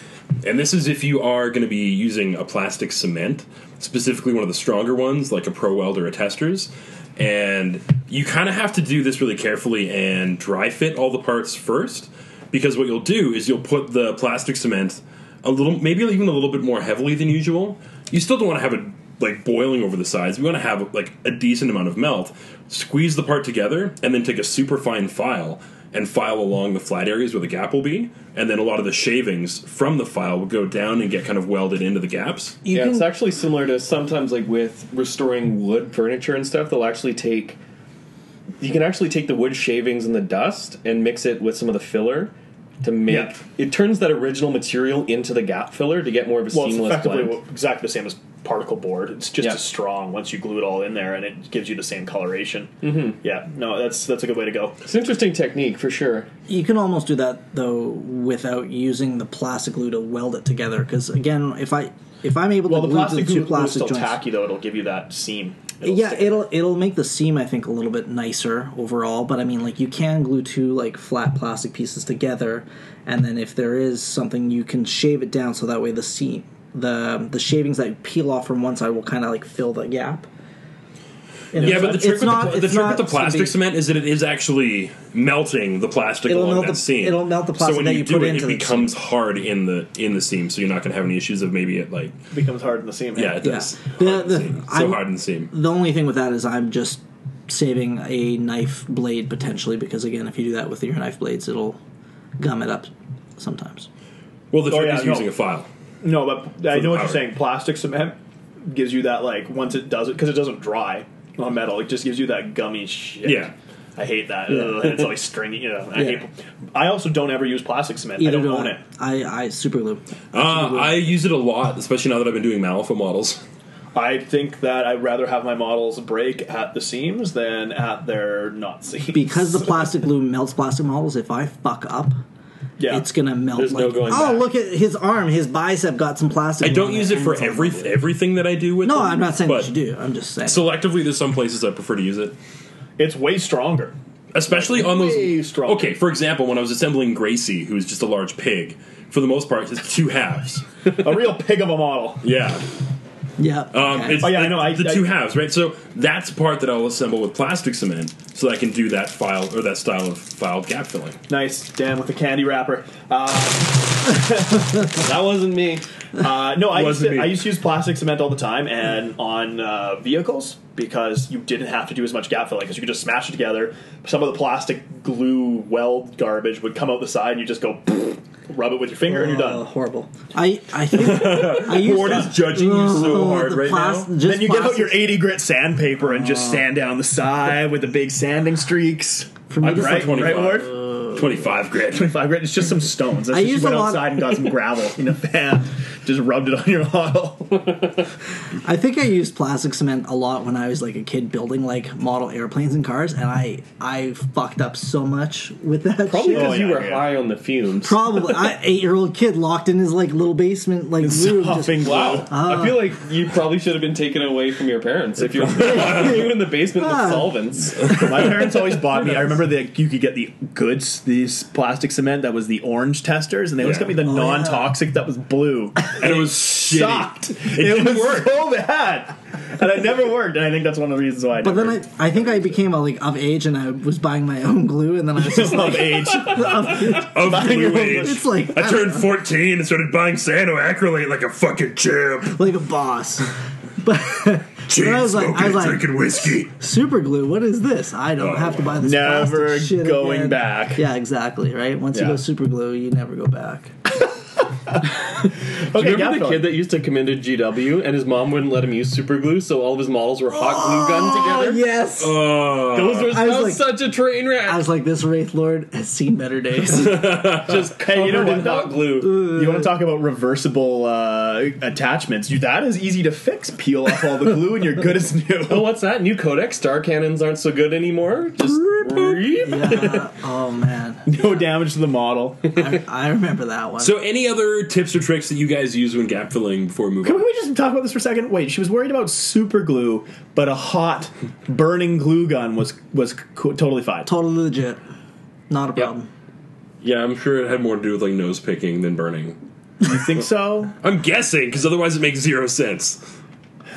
and this is if you are going to be using a plastic cement, specifically one of the stronger ones like a Pro Weld or a Testers. And you kind of have to do this really carefully and dry fit all the parts first, because what you'll do is you'll put the plastic cement a little, maybe even a little bit more heavily than usual. You still don't want to have it like boiling over the sides. We want to have like a decent amount of melt. Squeeze the part together, and then take a super fine file and file along the flat areas where the gap will be, and then a lot of the shavings from the file will go down and get kind of welded into the gaps. You yeah, can, it's actually similar to sometimes like with restoring wood furniture and stuff. They'll actually take you can actually take the wood shavings and the dust and mix it with some of the filler to make Yeah. it turns that original material into the gap filler to get more of a Well, it's seamless effectively blend. exactly the same as particle board. It's just Yeah. as strong once you glue it all in there, and it gives you the same coloration. Mm-hmm. Yeah, no, that's that's a good way to go. It's an interesting technique for sure. you can almost do that though without using the plastic glue to weld it together. Because again, if I if I'm able Well, to the glue plastic the two glue glue is plastic still joints, tacky though; it'll give you that seam. yeah, stick. it'll it'll make the seam I think a little bit nicer overall. But I mean, like you can glue two like flat plastic pieces together, and then if there is something, you can shave it down so that way the seam, the the shavings that peel off from one side will kind of like fill the gap. And Yeah, but the trick, with, the, pla- the, it's trick with the not gonna plastic be- cement is that it is actually melting the plastic It'll along melt that the- seam. it'll melt the plastic So when that you, you do put it, into it the becomes hard in the in the seam, so you're not going to have any issues of maybe it like becomes hard in the seam. yeah, it Yeah. does The- hard in the the- seam. so I'm- hard in the seam. The only thing with that is I'm just saving a knife blade potentially because again, if you do that with your knife blades, it'll gum it up sometimes. Well, the trick Oh, yeah, is no. using a file. No, but I the know what powder. you're saying. Plastic cement gives you that like once it does it because it doesn't dry on metal. It just gives you that gummy shit. Yeah. I hate that. Ugh, it's always stringy. You know, I Yeah. hate. I also don't ever use plastic cement. I don't do own it. I, I super glue. Uh, I use it a lot, especially now that I've been doing Malfa models. I think that I'd rather have my models break at the seams than at their not seams. Because the plastic glue melts plastic models, if I fuck up, yeah, it's gonna melt There's like no going Oh back. look at his arm, his bicep got some plastic. I don't on use it and for it's all- every everything that I do with. No, them, I'm not saying but what you do. I'm just saying Selectively, there's some places I prefer to use it. it's way stronger. especially on those Way stronger. okay for example when i was assembling gracie who is just a large pig for the most part it's two halves A real pig of a model. yeah Yeah. um, okay. it's Oh, yeah, I know, I- the I- two halves right so that's the part that i'll assemble with plastic cement so that i can do that file or that style of filed gap filling Nice, Dan with a candy wrapper. That wasn't me. Uh, no, I used, Wasn't to, me. I used to use plastic cement all the time and on uh, vehicles because you didn't have to do as much gap filling because you could just smash it together. Some of the plastic glue weld garbage would come out the side and you just go rub it with your finger and you're Oh, done. horrible. I I think I Oh, used Ford is judging you so hard right now Then you get out your 80 grit sandpaper and just sand down the side with the big sanding streaks. For me, I'm just for Right, right, 25. Ward? 25 grit 25 grit. It's just some stones. That's I just use you went a lot- outside and got some gravel in a fan, just rubbed it on your model. I think I used plastic cement a lot when I was like a kid building like model airplanes and cars, and I I fucked up so much with that. Probably shit. because Oh, you yeah, were yeah. high on the fumes. probably I eight year old kid locked in his like little basement like room. just- Huffing Wow, I feel like you probably should have been taken away from your parents if you're you in the basement Ah. with solvents. My parents always bought me. I remember that you could get the goods, these plastic cement that was the orange testers, and they always Yeah. got me the non-toxic that was blue. and it was shitty Sucked. It, didn't was work. so bad, and it never worked. And I think that's one of the reasons why. I but never then I, I think I became uh, like of age and I was buying my own glue and then I was just like of age. of blue it's age like I turned 14 and started buying cyano acrylate like a fucking champ. like a boss. But Chain I was like- I smoking, was like- drinking whiskey. super glue, what is this? I don't have to buy this. Never plastic shit going again. back. Yeah, exactly. Right. Once you Yeah. go super glue, you never go back. Okay, Do you remember yeah, the kid that used to come into GW and his mom wouldn't let him use super glue, so all of his models were hot glue gunned Oh together? yes. Uh, Those were I was that was like- such a train wreck. I was like, this Wraith Lord has seen better days. just Hey, you know covered in what, though? hot glue. You want to talk about reversible uh, attachments? You, that is easy to fix. Peel off all the glue, and you're good as Oh, new. what's that? New codex? Star cannons aren't so good anymore. Just yeah. Oh man, No damage to the model. I, I remember that one. So, any other other tips or tricks that you guys use when gap filling before we move Can on? we just talk about this for a second? Wait, she was worried about super glue, but a hot, burning glue gun was was co- totally fine. Totally legit. Not a problem. Yeah, I'm sure it had more to do with like nose picking than burning. You think so? I'm guessing because otherwise it makes zero sense.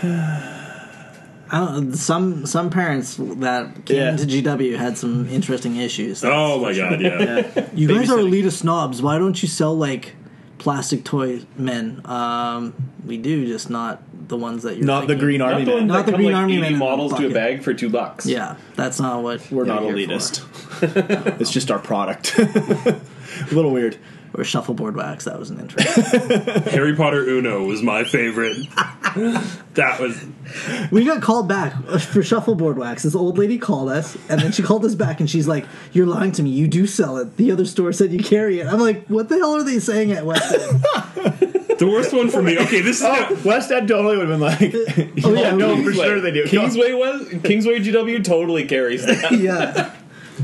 I don't, some some parents that came Yeah. to GW had some interesting issues. Oh my god, yeah. you guys are babysitting. elitist snobs. Why don't you sell like plastic toy men? Um, we do, just not the ones that you're Not the thinking. Green Not Army the man. ones Not that the come Green like Army 80 man in the models to a bucket. bag for two bucks. Yeah, that's not what We're you're not here for. elitist. it's just our product. a little weird. Or shuffleboard wax. That was an interesting. Harry Potter Uno was my favorite. that was we got called back for shuffleboard wax. This old lady called us, and then she called us back, and she's like, "You're lying to me. You do sell it. The other store said you carry it." I'm like, "What the hell are they saying at West?" End?" the worst one for me. Okay, this is now, West End totally would have been like, oh yeah, no, we- for sure they do. Kingsway was Kingsway GW totally carries that. Oh, yeah.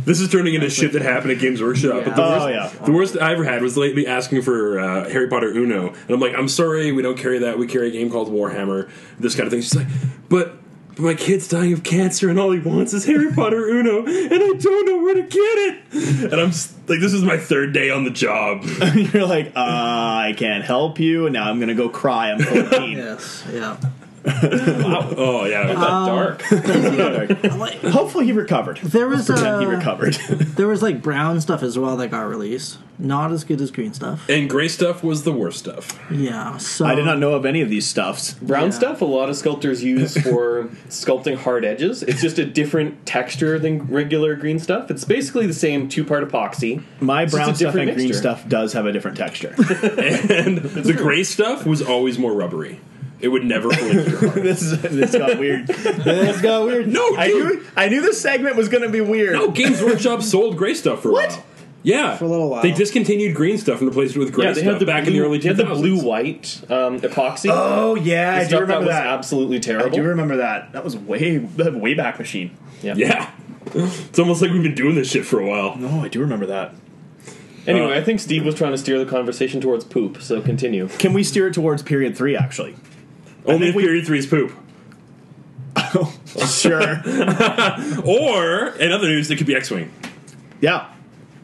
this is turning into shit that happened at Games Workshop. But the, oh yeah. the worst I ever had was lately asking for uh, Harry Potter Uno, and I'm like, I'm sorry, we don't carry that. We carry a game called Warhammer, this kind of thing. She's like, but. but My kid's dying of cancer, and all he wants is Harry Potter Uno, and I don't know where to get it. And I'm s- like, this is my third day on the job. You're like, uh, I can't help you, and now I'm gonna go cry. I'm 14. Yes. Yeah. Oh yeah, Uh-huh. Um, dark. Like, Hopefully he recovered. there was Pretend he uh, recovered. There was like brown stuff as well that got released. Not as good as green stuff. and gray stuff was the worst stuff. Yeah. So I did not know of any of these stuffs. Brown Yeah. stuff a lot of sculptors use for sculpting hard edges. It's just a different texture than regular green stuff. It's basically the same two part epoxy. My It's just brown a stuff and different green mixture. stuff does have a different texture. and the gray stuff was always more rubbery. It would never bleed your heart. this is this got weird. this got weird. No, I dude. knew I knew this segment was going to be weird. No, Games Workshop sold gray stuff for a What? while. Yeah, for a little while. They discontinued green stuff and replaced it with gray Yeah, they stuff had the back blue, in the early 2000s. they had the blue white um, epoxy. Oh yeah, I The do stuff remember was that. absolutely I terrible. do remember that. That was way that way back machine. Yeah, it's almost like we've been doing this shit for a while. No, Oh, I do remember that. anyway, I think Steve was trying to steer the conversation towards poop. So continue. Can we steer it towards period three? Actually, Only think if we- period three's poop. sure. Or in other news, it could be X-wing. yeah,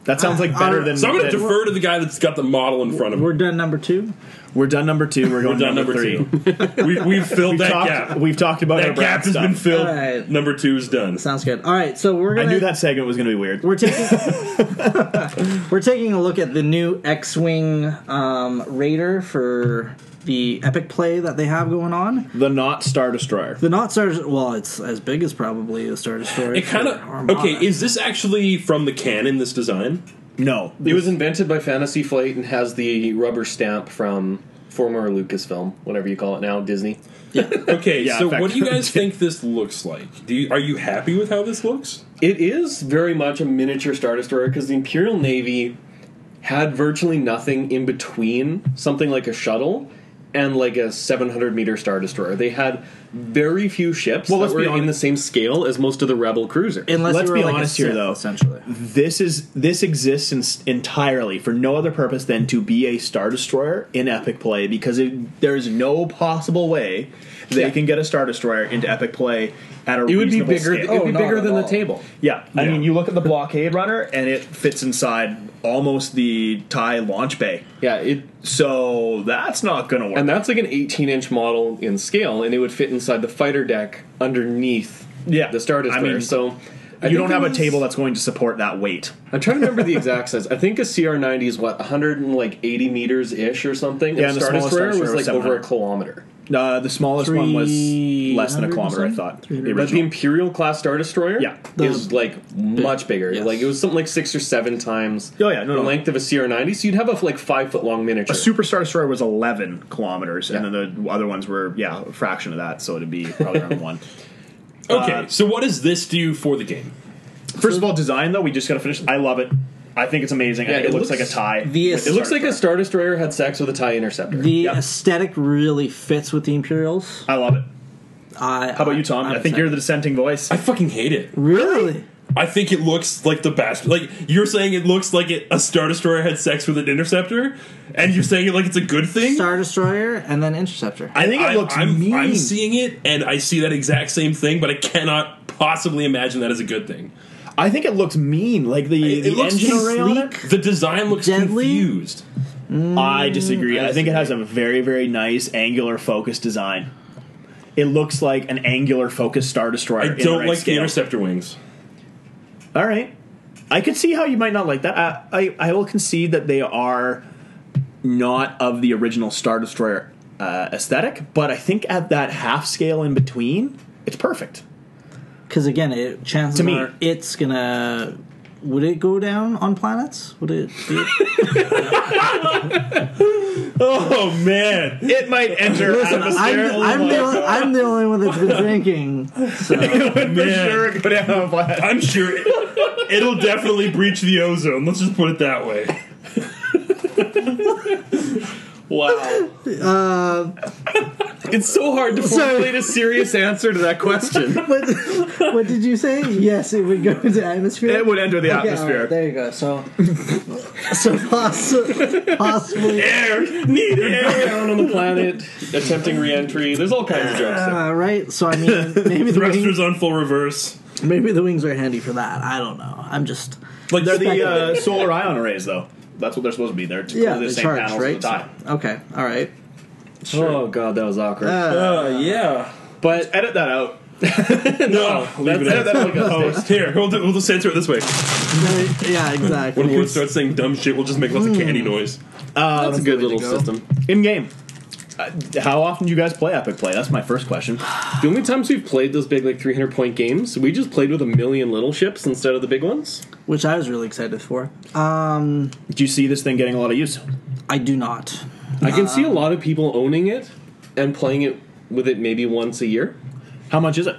that sounds like better Uh, than. So I'm going to than- defer to the guy that's got the model in front of We're him. done number two. We're done number two. We're going We're done number, number three. two. we, we've filled We've that talked, gap. we've talked about our that brown gap has stuff. been filled. All right. Number two's done. Sounds good. All right. So we're I gonna. knew that segment was going to be weird. We're taking. we're taking a look at the new X-wing um, Raider for the epic play that they have going on. The not Star Destroyer. The not Star. Well, it's as big as probably a Star Destroyer. It kind for of Armada. okay. Is this actually from the canon? This design? No, It was invented by Fantasy Flight and has the rubber stamp from former Lucasfilm, whatever you call it now, Disney. Okay, Yeah, so in fact- what do you guys think this looks like? Do you, are you happy with how this looks? It is very much a miniature Star Destroyer because the Imperial Navy had virtually nothing in between something like a shuttle and like a 700 meter Star Destroyer. They had very few ships Well, that let's were be in honest. the same scale as most of the Rebel cruisers. Unless let's you were be like a honest here, Sith, though. Mm-hmm. Essentially, this is this exists in, entirely for no other purpose than to be a star destroyer in epic play because it, there's no possible way they Yeah. can get a star destroyer into epic play at a it would be reasonable bigger. scale. It would be Oh, not bigger at than the all. table. yeah, I Yeah. mean, you look at the blockade runner and it fits inside almost the Thai launch bay. Yeah, it So that's not going to work. and that's like an 18 inch model in scale, and it would fit inside the fighter deck underneath yeah, the Star Destroyer. I mean, so I you think don't it have a was- table that's going to support that weight. I'm trying to remember the exact size. I think a CR90 is what 180 meters ish or something. Yeah, and and the Star smallest Star Destroyer was Destroyer was like over a 700. kilometer. Uh, the smallest one was less than a 300 or kilometer, I something? thought. The 300. But the original. Imperial class Star Destroyer, Yeah. is like much bigger. yes. Like it was something like six or seven times Oh, yeah, no, the no. length of a CR90. So you'd have a like five foot long miniature. A super star destroyer was 11 kilometers, Yeah. and then the other ones were yeah a fraction of that, so it'd be probably around one. Okay, Uh, so what does this do for the game? First of all, design though, we just gotta finish. I love it. I think it's amazing. I Yeah, think it, it looks, looks- like a tie. the with it looks like a Destroyer. Star Destroyer had sex with a tie interceptor. the Yep. aesthetic really fits with the Imperials. I love it. I, How about you, Tom? i think you're the dissenting voice. I fucking hate it. really. I think it looks like the best. Like you're saying, it looks like it, a star destroyer had sex with an interceptor, and you're saying it like it's a good thing. Star Destroyer and then Interceptor. I think it looks I'm, I'm mean. seeing it, and I see that exact same thing, but I cannot possibly imagine that as a good thing. I think it looks mean, like the, It- the it looks engine array on it. The design looks Deadly? confused. I disagree. I think it has a very, very nice angular focus design. It looks like an angular focused star destroyer. I in the don't right like the scale. interceptor wings. All right, I could see how you might not like that. I, I, I will concede that they are not of the original star destroyer uh, aesthetic, but I think at that half scale in between, it's perfect. Because again, it, chances To me. are it's gonna. Would it go down on planets? Would it? Be, Oh man, It might enter listen, I'm, atmosphere. I'm, the, only- I'm the only one that's been drinking. So man. go down on blast. I'm sure it, it'll definitely breach the ozone. Let's just put it that way. Wow. it's so hard to formulate a serious answer to that question. what, what did you say? Yes, it would go into atmosphere. It would enter the Okay, atmosphere. alright, there you go. So, so poss- possibly. Air, need air. Down on the planet, attempting re-entry. There's all kinds of jokes. Ah, there. Uh, right, so I mean, maybe the wings, Thrusters on full reverse. maybe the wings are handy for that. I don't know. I'm just Like They're the uh, solar ion arrays, though. That's what they're supposed to be. They're two yeah, of the the same charge, panels right? at the time. So- okay, all right. Oh god, that was awkward. Uh, yeah. But edit that out. no, leave it Edit that out. out. Oh, here, we'll, do, we'll just censor it this way. yeah, exactly. When Ward starts saying dumb shit, we'll just make lots of candy noise. that's, a good the way to little go. system. In game. Uh, how often do you guys play Epic Play? That's my first question. The only times we've played those big like 300 point games, we just played with a million little ships instead of the big ones. Which I was really excited for. Do you see this thing getting a lot of use? I do not. I can see a lot of people owning it and playing it with it maybe once a year. How much is it?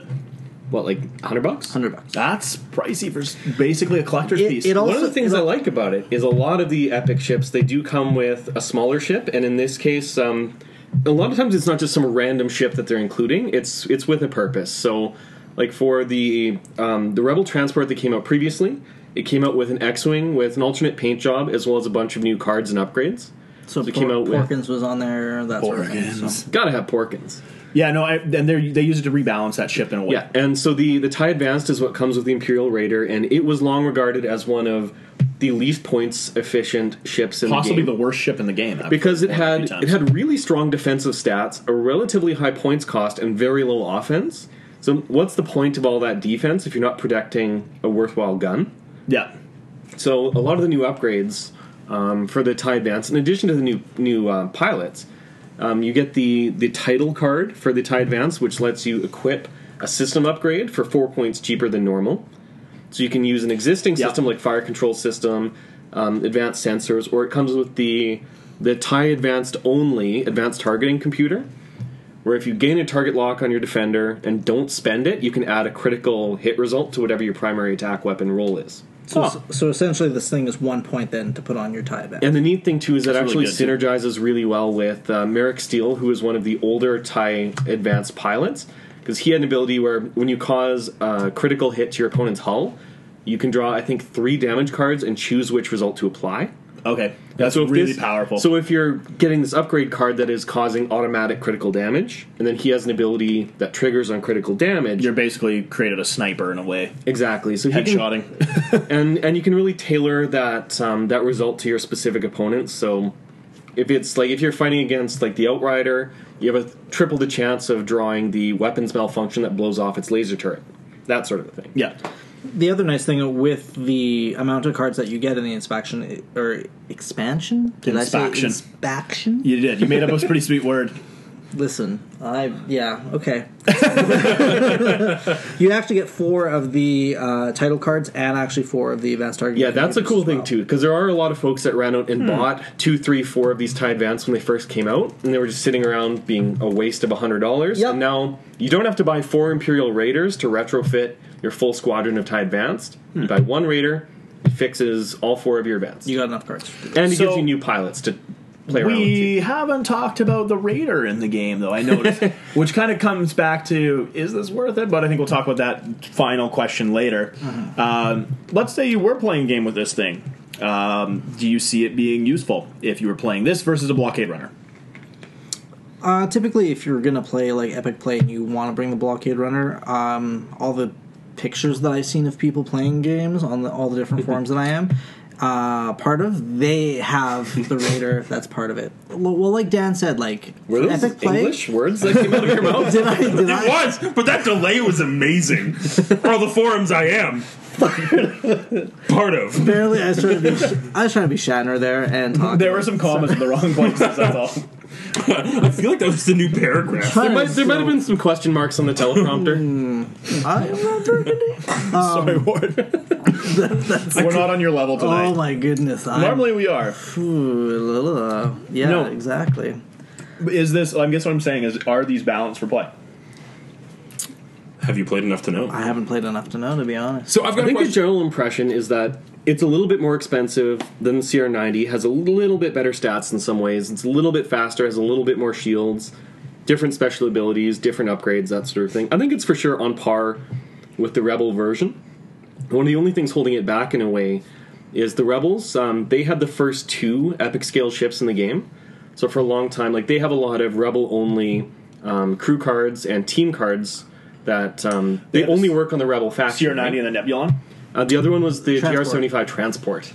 What like 100 bucks? Hundred bucks. That's pricey for s- basically a collector's It- piece. it all- One of the Also, things it I al- like about it is a lot of the epic ships they do come with a smaller ship, and in this case, um, a lot of times it's not just some random ship that they're including. It's it's with a purpose. So, like for the um, the rebel transport that came out previously, it came out with an X-wing with an alternate paint job as well as a bunch of new cards and upgrades. So, it Por- came out with- Porkins was on there. That sort of thing. So. Gotta have Porkins. yeah, no, I, and they they use it to rebalance that ship in a way. Yeah, and so the the tie advanced is what comes with the Imperial Raider, and it was long regarded as one of the least points efficient ships in Possibly the game. the worst ship in the game. I've because it played a few had times. it had really strong defensive stats, a relatively high points cost, and very low offense. So what's the point of all that defense if you're not protecting a worthwhile gun? yeah. So a lot of the new upgrades um, for the tie advance, in addition to the new new uh, pilots, um, you get the the title card for the tie advance, which lets you equip a system upgrade for four points cheaper than normal. So you can use an existing Yeah. system like fire control system, um, advanced sensors, or it comes with the the tie advanced only advanced targeting computer, where if you gain a target lock on your defender and don't spend it, you can add a critical hit result to whatever your primary attack weapon roll is. So, Oh. so essentially, this thing is one point then to put on your tie back. And the neat thing too is that That's really actually good, synergizes really well with uh, Merrick Steele, who is one of the older Thai advanced pilots, because he had an ability where when you cause a critical hit to your opponent's hull, you can draw I think three damage cards and choose which result to apply. Okay. That's So if really this- powerful. So if you're getting this upgrade card that is causing automatic critical damage, and then he has an ability that triggers on critical damage. you're basically created a sniper in a way. exactly. So he can Headshotting. and and you can really tailor that um, that result to your specific opponent. So if it's like if you're fighting against like the Outrider, you have a triple the chance of drawing the weapons malfunction that blows off its laser turret, that sort of a thing. yeah. the other nice thing with the amount of cards that you get in the inspection or expansion, did Inspection. I say inspection? You did. You made up a pretty sweet word. Listen, I yeah okay. you have to get four of the uh, title cards and actually four of the advanced target. Yeah, that's a computers cool as thing well. too, because there are a lot of folks that ran out and bought two, three, four of these Tie Advance when they first came out, and they were just sitting around being a waste of hundred dollars. Yep. And now you don't have to buy four Imperial Raiders to retrofit your full squadron of Tie Advanced. You buy one Raider, it fixes all four of your advanced, You got enough cards. and it So- gives you new pilots to play around with. We haven't talked about the Raider in the game, though, I noticed. which kind of comes back to is this worth it? But I think we'll talk about that final question later. Mm-hmm. Um, let's say you were playing a game with this thing. Um, do you see it being useful if you were playing this versus a blockade runner? Uh, typically, if you're gonna play like epic play and you want to bring the blockade runner, um, all the pictures that I've seen of people playing games on the, all the different forums that I am uh, part of, they have the raider that's part of it. Well, well, like Dan said, like Were for those epic play. English words that came out of your mouth? Did I? Did I? It was, but that delay was amazing. For all the forums I am. Part of. Barely, I was trying to be, Sh- I was trying to be Shatner there and talking. There were some commas in the wrong places, that's all. I feel like that was just a new paragraph. Trying There to- might, there might have been some question marks on the teleprompter. I am not burgundy. Sorry, Ward. We're not on your level tonight. Um, Oh my goodness! I'm, Normally we are. Ooh, uh, yeah, No. exactly. Is this, I guess what I'm saying is, are these balanced for play? Have you played enough to know? I haven't played enough to know, to be honest. So I've I got a think the question. general impression is that it's a little bit more expensive than the CR90, has a little bit better stats in some ways, it's a little bit faster, has a little bit more shields, different special abilities, different upgrades, that sort of thing. I think it's for sure on par with the Rebel version. One of the only things holding it back in a way is the Rebels. Um, they had the first two epic scale ships in the game. So for a long time, like they have a lot of Rebel only um, crew cards and team cards that um, they Yeah, the only work on the Rebel faction. CR90 and the Nebulon? Uh, the other one was the Transport. TR-75 transport.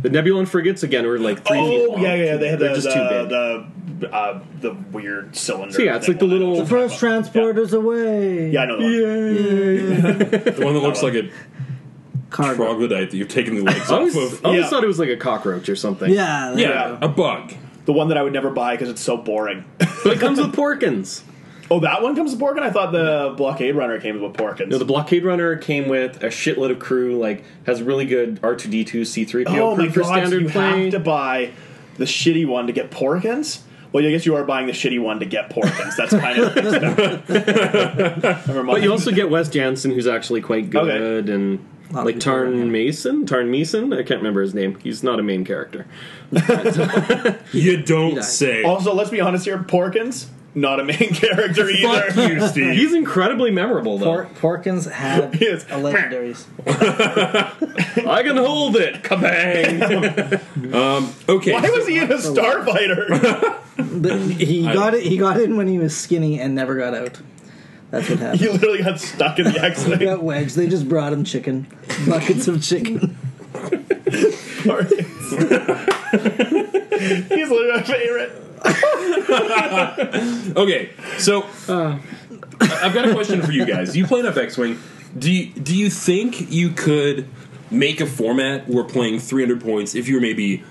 The Nebulon frigates again were like three feet Oh long. yeah, yeah, yeah, they had They're the just the, too big. the, uh, the weird cylinder. So, yeah, it's thing like the with it. little- The first transport is away. Yeah, I know. That. The one that looks like a Cargo. troglodyte that you've taken the legs I always, off I of. always Yeah. thought it was like a cockroach or something. Yeah, there you Yeah, go. a bug. The one that I would never buy because it's so boring. But it comes with porkins. oh, that one comes with Porkin. I thought the blockade runner came with Porkins. No, the blockade runner came with a shitload of crew, like has really good R2D2 C3PO oh crew my for god, standard you play. have to buy the shitty one to get Porkins. Well, I guess you are buying the shitty one to get Porkins. That's kind of Never mind. But you also get Wes Jansen, who's actually quite good, Okay. and Lot of people like like Tarn him. Mason, Tarn Mason. I can't remember his name. He's not a main character. You don't died. say. Also, let's be honest here. Porkins not a main character either. Fuck you, Steve. He's incredibly memorable, though. Por- Porkins had Yes. a legendaries. I can hold it. Kabang! Um, Okay. Why was he in a starfighter? The- he got it. He got in when he was skinny and never got out. That's what he happened. literally got stuck in the He accident. got wedged. They just brought him chicken, buckets of chicken. He's literally my favorite. Okay, so Uh. I- I've got a question for you guys. You play enough X-wing. Do you, do you think you could make a format where playing 300 points if you were maybe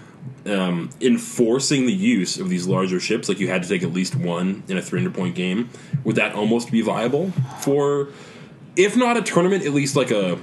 um, enforcing the use of these larger ships, like you had to take at least one in a 300 point game? Would that almost be viable for, if not a tournament, at least like a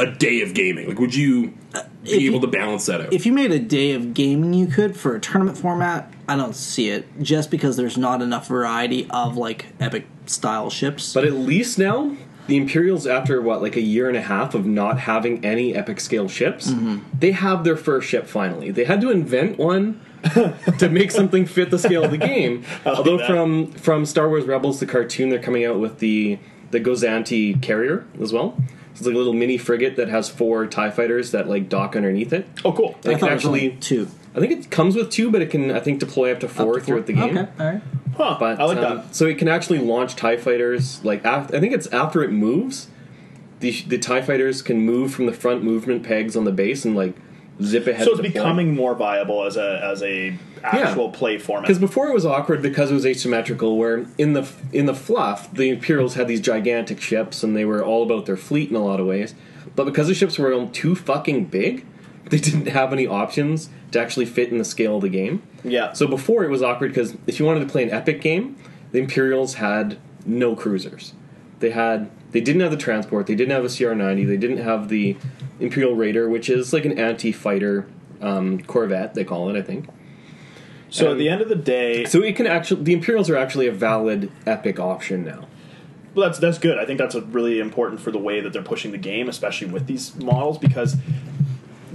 a day of gaming? Like, would you Uh, if be able you- to balance that out? If you made a day of gaming, you could for a tournament format. I don't see it just because there's not enough variety of like epic style ships. But at least now, the Imperials, after what, like a year and a half of not having any epic scale ships, Mm-hmm. they have their first ship finally. They had to invent one to make something fit the scale of the game. Although that. from from Star Wars Rebels, the cartoon, they're coming out with the the Gozanti carrier as well. It's like a little mini frigate that has four Tie fighters that like dock underneath it. Oh, cool. They I can thought it was only actually, two. I think it comes with two, but it can I think deploy up to four throughout the game. Okay, all right. Huh, But, I like um, that. So it can actually launch Tie Fighters. Like af- I think it's after it moves, the the Tie Fighters can move from the front movement pegs on the base and like zip ahead. So it's to deploy. becoming more viable as a as a actual play format. Because before it was awkward because it was asymmetrical. Where in the in the fluff, the Imperials had these gigantic ships, and they were all about their fleet in a lot of ways. But because the ships were too fucking big, they didn't have any options to actually fit in the scale of the game. Yeah. So before it was awkward because if you wanted to play an epic game, the Imperials had no cruisers. They had they didn't have the transport. They didn't have a CR90. They didn't have the Imperial Raider, which is like an anti-fighter um, Corvette. They call it, I think. so at the end of the day, So it can actually the Imperials are actually a valid epic option now. well, that's that's good. I think that's a really important for the way that they're pushing the game, especially with these models. Because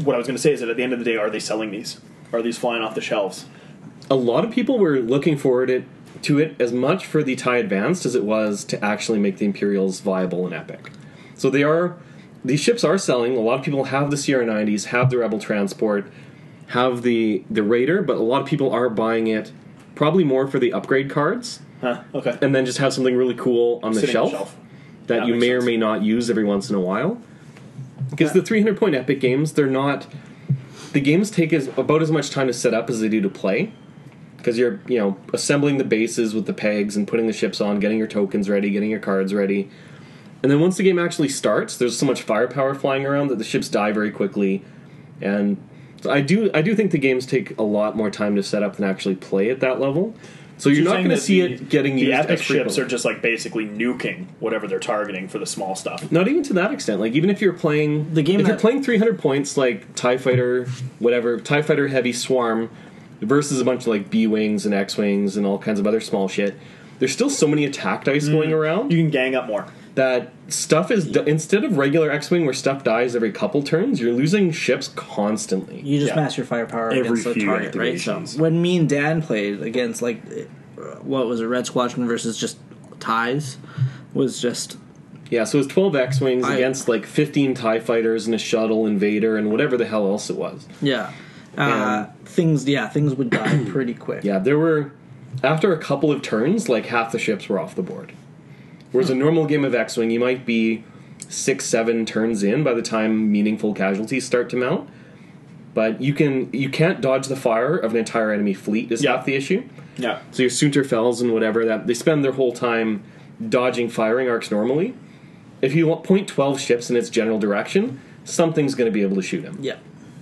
what I was going to say is that at the end of the day, are they selling these? Are these flying off the shelves? a lot of people were looking forward it, to it as much for the tie advanced as it was to actually make the Imperials viable and epic. So they are these ships are selling. A lot of people have the Sierra 90s, have the Rebel transport, have the the Raider, but a lot of people are buying it probably more for the upgrade cards Huh, okay. and then just have something really cool on the, Sitting on shelf, the shelf. that That you makes may or sense. may not use every once in a while. Because the 300 point epic games, they're not. The games take as, about as much time to set up as they do to play. Because you're, you know, assembling the bases with the pegs and putting the ships on, getting your tokens ready, getting your cards ready. And then once the game actually starts, there's so much firepower flying around that the ships die very quickly. And so I do, I do think the games take a lot more time to set up than actually play at that level. So you're You're not saying going to that see the- it getting the used as epic ships frequently. are just like basically nuking whatever they're targeting for the small stuff. Not even to that extent. Like even if you're playing The game if you're that- playing 300 points, like Tie Fighter, whatever Tie Fighter Heavy Swarm, versus a bunch of like B wings and X wings and all kinds of other small shit. There's still so many attack dice Mm. going around You can gang up more. that stuff is instead of regular X wing where stuff dies every couple turns, you're losing ships constantly. You just Yeah. max your firepower Every against the few target, right? So activations. when me and Dan played against like uh, what was it, Red Squadron versus just ties, was just Yeah, so it was 12 X wings I- against like 15 Tie Fighters and a shuttle invader and whatever the hell else it was. yeah. Uh, things yeah, things would die pretty quick. Yeah, there were after a couple of turns, like half the ships were off the board. Whereas a normal game of X Wing, you might be six, seven turns in by the time meaningful casualties start to mount. But you can you can't dodge the fire of an entire enemy fleet is Yeah. half the issue. Yeah. So your Sunterfells and whatever that they spend their whole time dodging firing arcs normally. If you want- point twelve ships in its general direction, something's going to be able to shoot him. Yeah.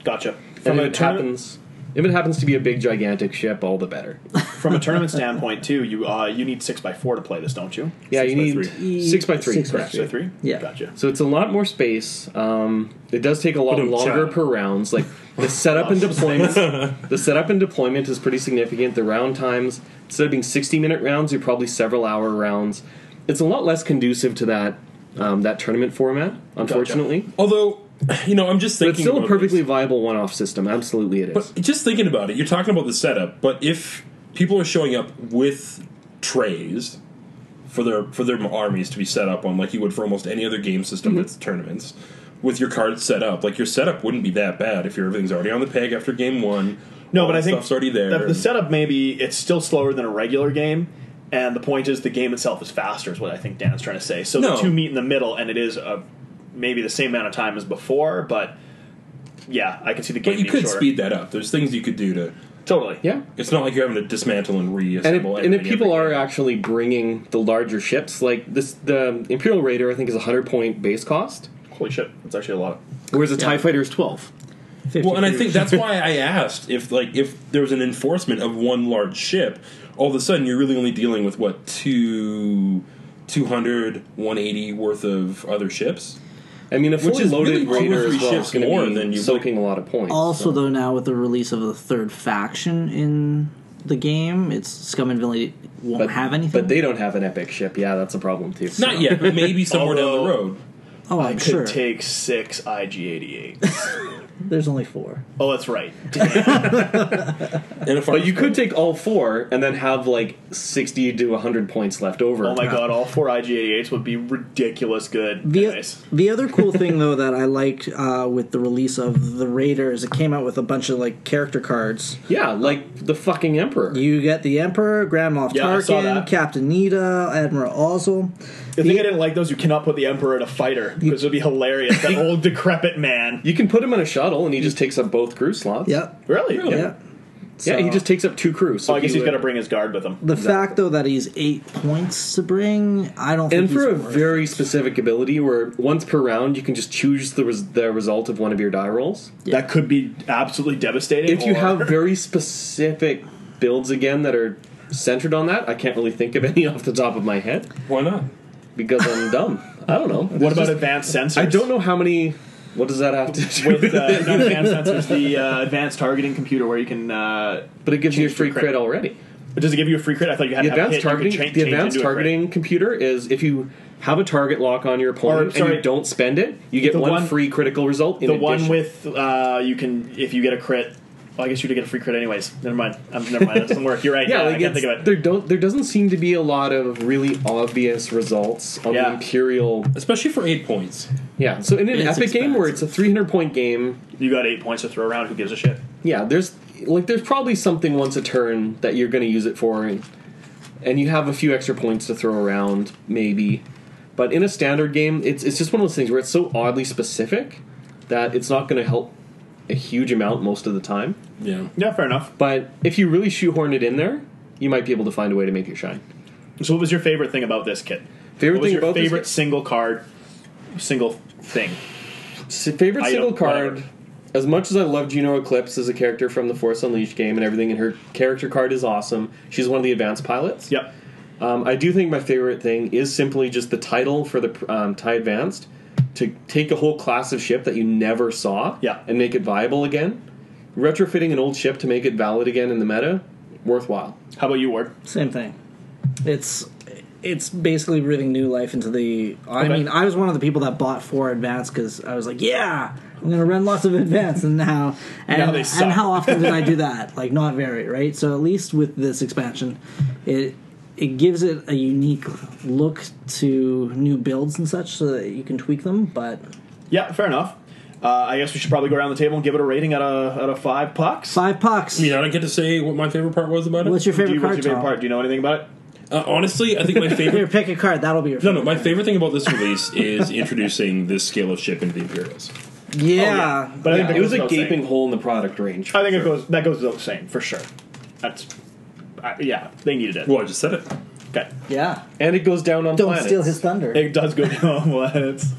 Gotcha. And From if a it tournament, happens, if it happens to be a big gigantic ship, all the better. from a tournament standpoint too, you uh, you need six by four to play this, don't you? Yeah, Six you by need e- three. six by three. Six by correct. Six by three. Yeah. Gotcha. So it's a lot more space. Um, it does take a lot Ba-dum-cha. longer per rounds. Like the setup and deployment, the setup and deployment is pretty significant. The round times instead of being sixty minute rounds, you're probably several hour rounds. It's a lot less conducive to that um, that tournament format, unfortunately. Although, you know, I'm just But thinking. it's still a about perfectly this. viable one off system. Absolutely, it is. But just thinking about it, you're talking about the setup, but if people are showing up with trays for their for their armies to be set up on, like you would for almost any other game system Mm-hmm. that's tournaments, with your cards set up, like your setup wouldn't be that bad if your everything's already on the peg after game one. No, all but the I think stuff's already there. The, the setup maybe it's still slower than a regular game, and the point is the game itself is faster. Is what I think Dan's trying to say. So No. the two meet in the middle, and it is a, maybe the same amount of time as before, but yeah, I can see the game. but you being could shorter. speed that up. There's things you could do to. totally. yeah. It's not like you're having to dismantle and And if, reassemble. and if everything people every are game. actually bringing the larger ships, like this, the Imperial Raider, I think is a hundred point base cost, Holy shit, that's actually a lot. whereas a Tie Fighter is twelve. Well, and I think that's why I asked if like if there was an enforcement of one large ship, all of a sudden you're really only dealing with what two 200 180 worth of other ships. I mean, a fully is really loaded two or raider three as well ships is going more to be than you soaking a lot of points. Also though now with the release of the third faction in the game, it's Scum and Villainy won't but, have anything. but they don't have an epic ship. Yeah, that's a problem too. Not yet, but maybe somewhere down Although- the road. oh, I I'm could sure. take six IG88. There's only four. oh, that's right. And if But you could take all four and then have like sixty to hundred points left over. Oh my god, all four IG88s would be ridiculous good. The, Anyways, the other cool thing though that I liked uh, with the release of the Raiders, it came out with a bunch of like character cards. Yeah, like the fucking emperor. You get the Emperor, Grand Moff Yeah, I saw Tarkin, that. Captain Nita, Admiral Ozzel. the thing I didn't like those you cannot put the Emperor in a fighter because it would be hilarious. That old decrepit man. You can put him in a shuttle and he just takes up both crew slots. Yep. Really? Yep. Yeah. Yeah, So- he just takes up two crews. So Well, Oh, I guess he he's got would- to bring his guard with him. The fact though that he's eight points to bring, I don't think And for a he's worth- very specific ability, where once per round you can just choose the res- the result of one of your die rolls. That could be absolutely devastating. if you or- have very specific builds again that are centered on that, I can't really think of any off the top of my head why not? because I'm dumb. I don't know. what about advanced sensors? I don't know how many. What does that have to do? With With, uh, not advanced sensors, the uh, advanced targeting computer where you can. Uh, but it gives you a change free your crit. crit already. does it give you a free crit? I thought you had The to have a hit, advanced you could targeting. change- the change advanced into a crit. targeting computer is if you have a target lock on your opponent and sorry. you don't spend it, you get The one, one- free critical result. In The one addition. with uh, you can if you get a crit, Oh, I guess you'd get a free crit anyways. Never mind. I'm never mind. That doesn't work. You're right. Yeah, Yeah, like I can't it's- think of it. there don't there doesn't seem to be a lot of really obvious results on Yeah. the Imperial. Especially for eight points. Yeah, so in an It's epic game where it's a expensive. 300 point game, You got eight points to throw around. Who gives a shit? yeah, there's like there's probably something once a turn that you're going to use it for, and and you have a few extra points to throw around maybe. But in a standard game, it's it's just one of those things where it's so oddly specific that it's not going to help a huge amount most of the time. Yeah. Yeah, fair enough. But if you really shoehorn it in there, you might be able to find a way to make it shine. So, what was your favorite thing about this kit? Favorite What was thing your about favorite this, single card, single thing? s- favorite item, single card. whatever. As much as I love Juno Eclipse as a character from the Force Unleashed game and everything, and her character card is awesome. She's one of the advanced pilots. Yep. Um, I do think my favorite thing is simply just the title for the um, TIE Advanced to take a whole class of ship that you never saw Yeah. and make it viable again. Retrofitting an old ship to make it valid again in the meta, worthwhile. How about you, Ward? Same thing. It's it's basically breathing new life into the. I mean, I was one of the people that bought four advance because I was like, yeah, I'm gonna run lots of advance, and now and, Now they suck. and how often did I do that? Like, not very, right? So at least with this expansion, it it gives it a unique look to new builds and such, so that you can tweak them. But Yeah, fair enough. Uh, I guess we should probably go around the table and give it a rating out of out of five pucks. five pucks. You know, I don't get to say what my favorite part was about it. What's your Do favorite you, card? what's your favorite Tom? part? Do you know anything about it? Uh, honestly, I think my favorite. Here, pick a card. That'll be your. No, no. Favorite. My favorite thing about this release is introducing this scale of ship into the Imperials. Yeah, Oh, But I think that it was a about the same. gaping hole in the product range. I think it goes that goes without the same for sure. That's I yeah, they needed it. Well, I just said it. Okay, yeah. and it goes down on Don't planets. steal his thunder. it does go down planets.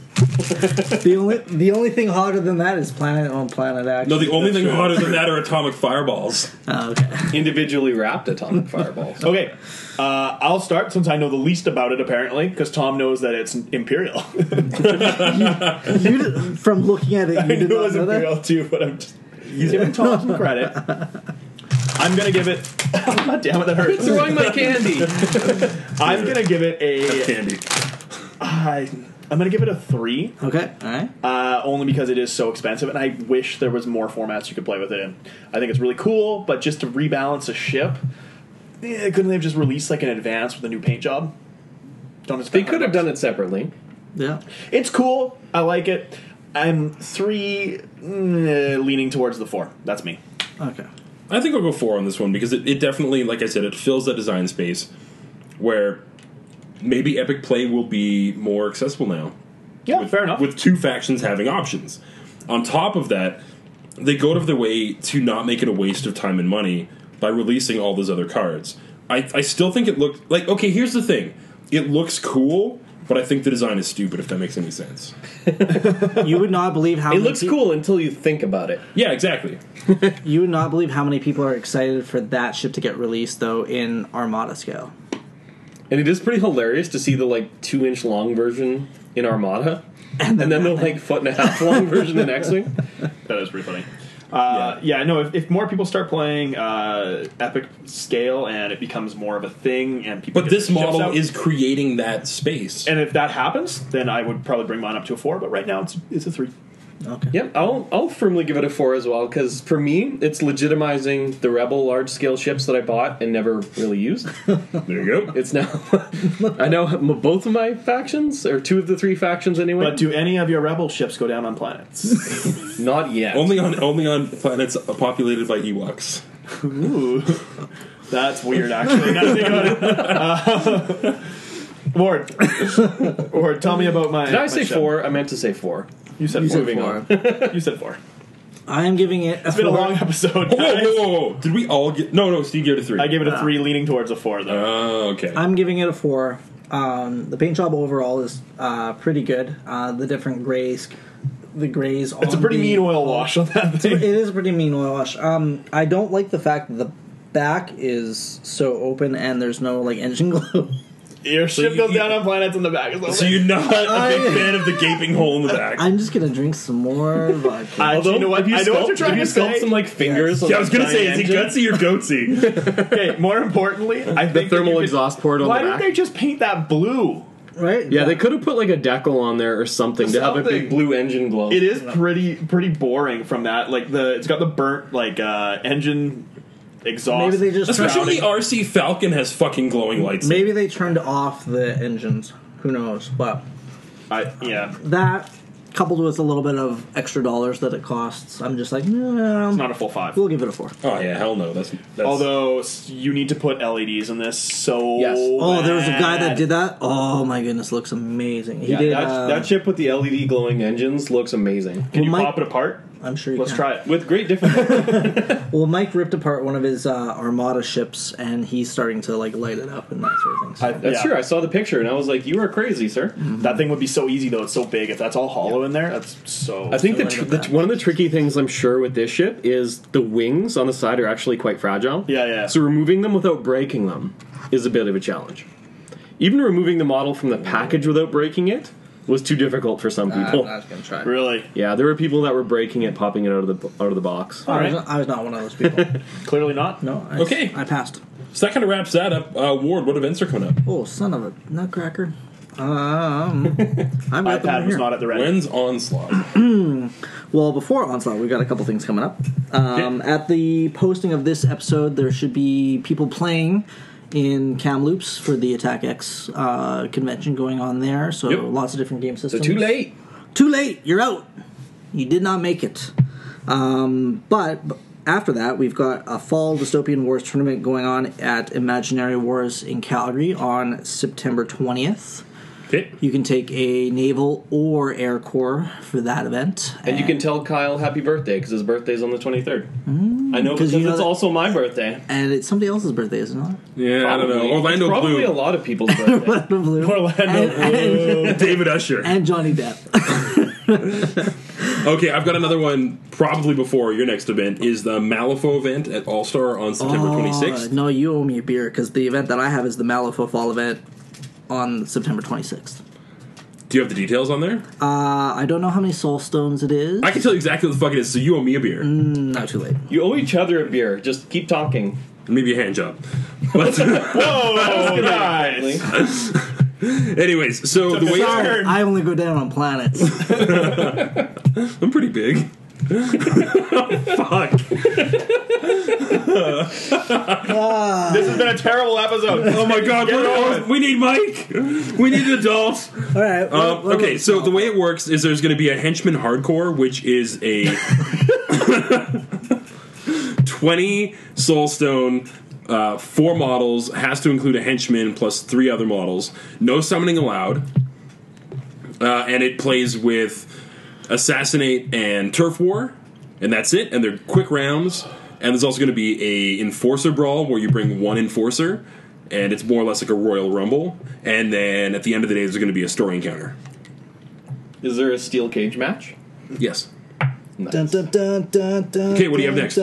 The only the only thing hotter than that is planet on planet action. No, the only thing hotter than that are atomic fireballs. Oh, okay. individually wrapped atomic fireballs. Okay, uh, I'll start since I know the least about it apparently because Tom knows that it's imperial. You d- from looking at it, you I did knew it not was know that. imperial too, but I'm just giving Tom some credit. I'm gonna give it. God damn it, that hurts. Throwing my candy. I'm gonna give it a. Candy. I, I'm gonna give it a three. Okay, all right. uh, only because it is so expensive, and I wish there was more formats you could play with it in. I think it's really cool, but just to rebalance a ship, eh, couldn't they have just released like an advance with a new paint job? Don't They could have done it separately. Yeah, It's cool. I like it. I'm three, mm, eh, leaning towards the four. That's me. okay. I think I'll go four on this one because it, it definitely, like I said, it fills that design space where maybe epic play will be more accessible now. Yeah, with, fair enough. With two factions having options. On top of that, they go out of their way to not make it a waste of time and money by releasing all those other cards. I, I still think it looked like okay. Here's the thing: it looks cool, but I think the design is stupid. If that makes any sense. You would not believe how It many looks peop- cool until you think about it. Yeah, exactly. You would not believe how many people are excited for that ship to get released though in Armada scale. And it is pretty hilarious to see the like two inch long version in Armada, and then, the like foot and a half long version in X Wing. That is pretty funny. Uh, yeah. no. If, if more people start playing uh, Epic Scale and it becomes more of a thing, and people But get this their ships model out- is creating that space. and if that happens, then I would probably bring mine up to a four. But right now, it's it's a three. Okay. Yep, I'll I'll firmly give it a four as well because for me it's legitimizing the Rebel large scale ships that I bought and never really used. there you go. It's now I know m- both of my factions or two of the three factions anyway. But do any of your rebel ships go down on planets? not yet. Only on only on planets populated by Ewoks. Ooh, that's weird. Actually, now that I think about it. Uh, Ward, Ward, tell me about my. Did I my say ship. four? I meant to say four. You said You four. said Moving Four. You said four. I am giving it. A It's been a four. long episode. Whoa, guys. whoa, whoa, whoa! Did we all get? No, no. Steve gave it a three. I gave it a three, leaning towards a four though. Oh, okay. I'm giving it a four. Um, the paint job overall is uh, pretty good. Uh, the different grays, the grays. it's a pretty mean oil wash on that It thing. is a pretty mean oil wash. Um, I don't like the fact that the back is so open and there's no like engine glow. Your ship you- goes you- down on planets in the back. Is all so that- you're not a big I- fan of the gaping hole in the back. I'm just gonna drink some more vodka. I, you know what? Have you I know what you're sculpt- trying have you to sculpt say. some like fingers? on yeah, I was that gonna say, giant is it engine? gutsy or goatsy? okay, more importantly, I think that you thermal could- exhaust port on Why the didn't back. they just paint that blue? right? Yeah, they could have put like a decal on there or something, to have a Something. big blue engine glow. It is pretty pretty boring from that. Like the it's got the burnt like uh engine exhaust. Maybe they just turned, Especially the RC Falcon has fucking glowing lights. maybe they turned off the engines. Who knows? But I, yeah, it's that coupled with a little bit of extra dollars that it costs, I'm just like, no, not a full five. we'll give it a four. Oh yeah, hell no. That's, that's Although s- you need to put LEDs in this, so Yes. Oh, there was a guy that did that. Oh my goodness, looks amazing. He Yeah, did. that, uh, that chip with the LED glowing engines looks amazing. Can you Well, Mike- pop it apart? I'm sure. You Let's can. try it. With great difficulty. Well, Mike ripped apart one of his uh, Armada ships, and he's starting to like light it up and that sort of thing. So, I, that's Yeah. true. I saw the picture and I was like, "You are crazy, sir." Mm-hmm. That thing would be so easy though. It's so big. If that's all hollow in there, that's so. I think the, Right tr- on the that. one of the tricky things I'm sure with this ship is the wings on the side are actually quite fragile. Yeah, yeah. So removing them without breaking them is a bit of a challenge. Even removing the model from the package without breaking it was too difficult for some people. gonna try. really yeah, there were people that were breaking it, popping it out of the out of the box. I, right. was, I was not one of those people. clearly not. No. I, Okay. I passed. so that kind of wraps that up. Uh, Ward, what events are coming up? Oh, son of a nutcracker. Um, I've got them right iPad was here. not at the ready. When's onslaught? Well, before Onslaught, we got a couple things coming up. Um, At the posting of this episode, there should be people playing in Kamloops for the Attack X uh, convention going on there. So Yep. lots of different game systems. Too late. Too late. You're out. You did not make it. Um, but b- after that, we've got a Fall Dystopian Wars tournament going on at Imaginary Wars in Calgary on September 20th. Okay. You can take a naval or air corps for that event. And you can tell Kyle happy birthday because his birthday's on the 23rd. I know Mm. 'Cause because you know it's that- also my birthday. And it's somebody else's birthday, isn't it? Yeah, I don't know. Probably. Orlando It's probably a Bloom, lot of people's birthday. Orlando Bloom. Orlando and, and- David Usher. and Johnny Depp. Okay, I've got another one. Probably before your next event is the Malifaux event at All Star on September twenty Uh, sixth. no, you owe me a beer because the event that I have is the Malifaux Fall event on September 26th. Do you have the details on there? Uh, I don't know how many soul stones it is. I can tell you exactly what the fuck it is. So you owe me a beer, Not too late. you owe each other a beer. Just keep talking. maybe a hand job. But Oh, nice. anyways, so the way Sorry. I only go down on planets. I'm pretty big. Fuck. This has been a terrible episode. Oh my god, we're all- we need Mike. We need an adult. All right. Um, okay, so the way it works is there's going to be a henchman hardcore, which is a 20 soulstone, uh, four models, has to include a henchman plus three other models. No summoning allowed. Uh, and it plays with assassinate and turf war, and that's it. And they're quick rounds. And there's also going to be a enforcer brawl where you bring one enforcer, and it's more or less like a royal rumble. And then at the end of the day, there's going to be a story encounter. Is there a steel cage match? Yes. Nice. Okay, what do you have next?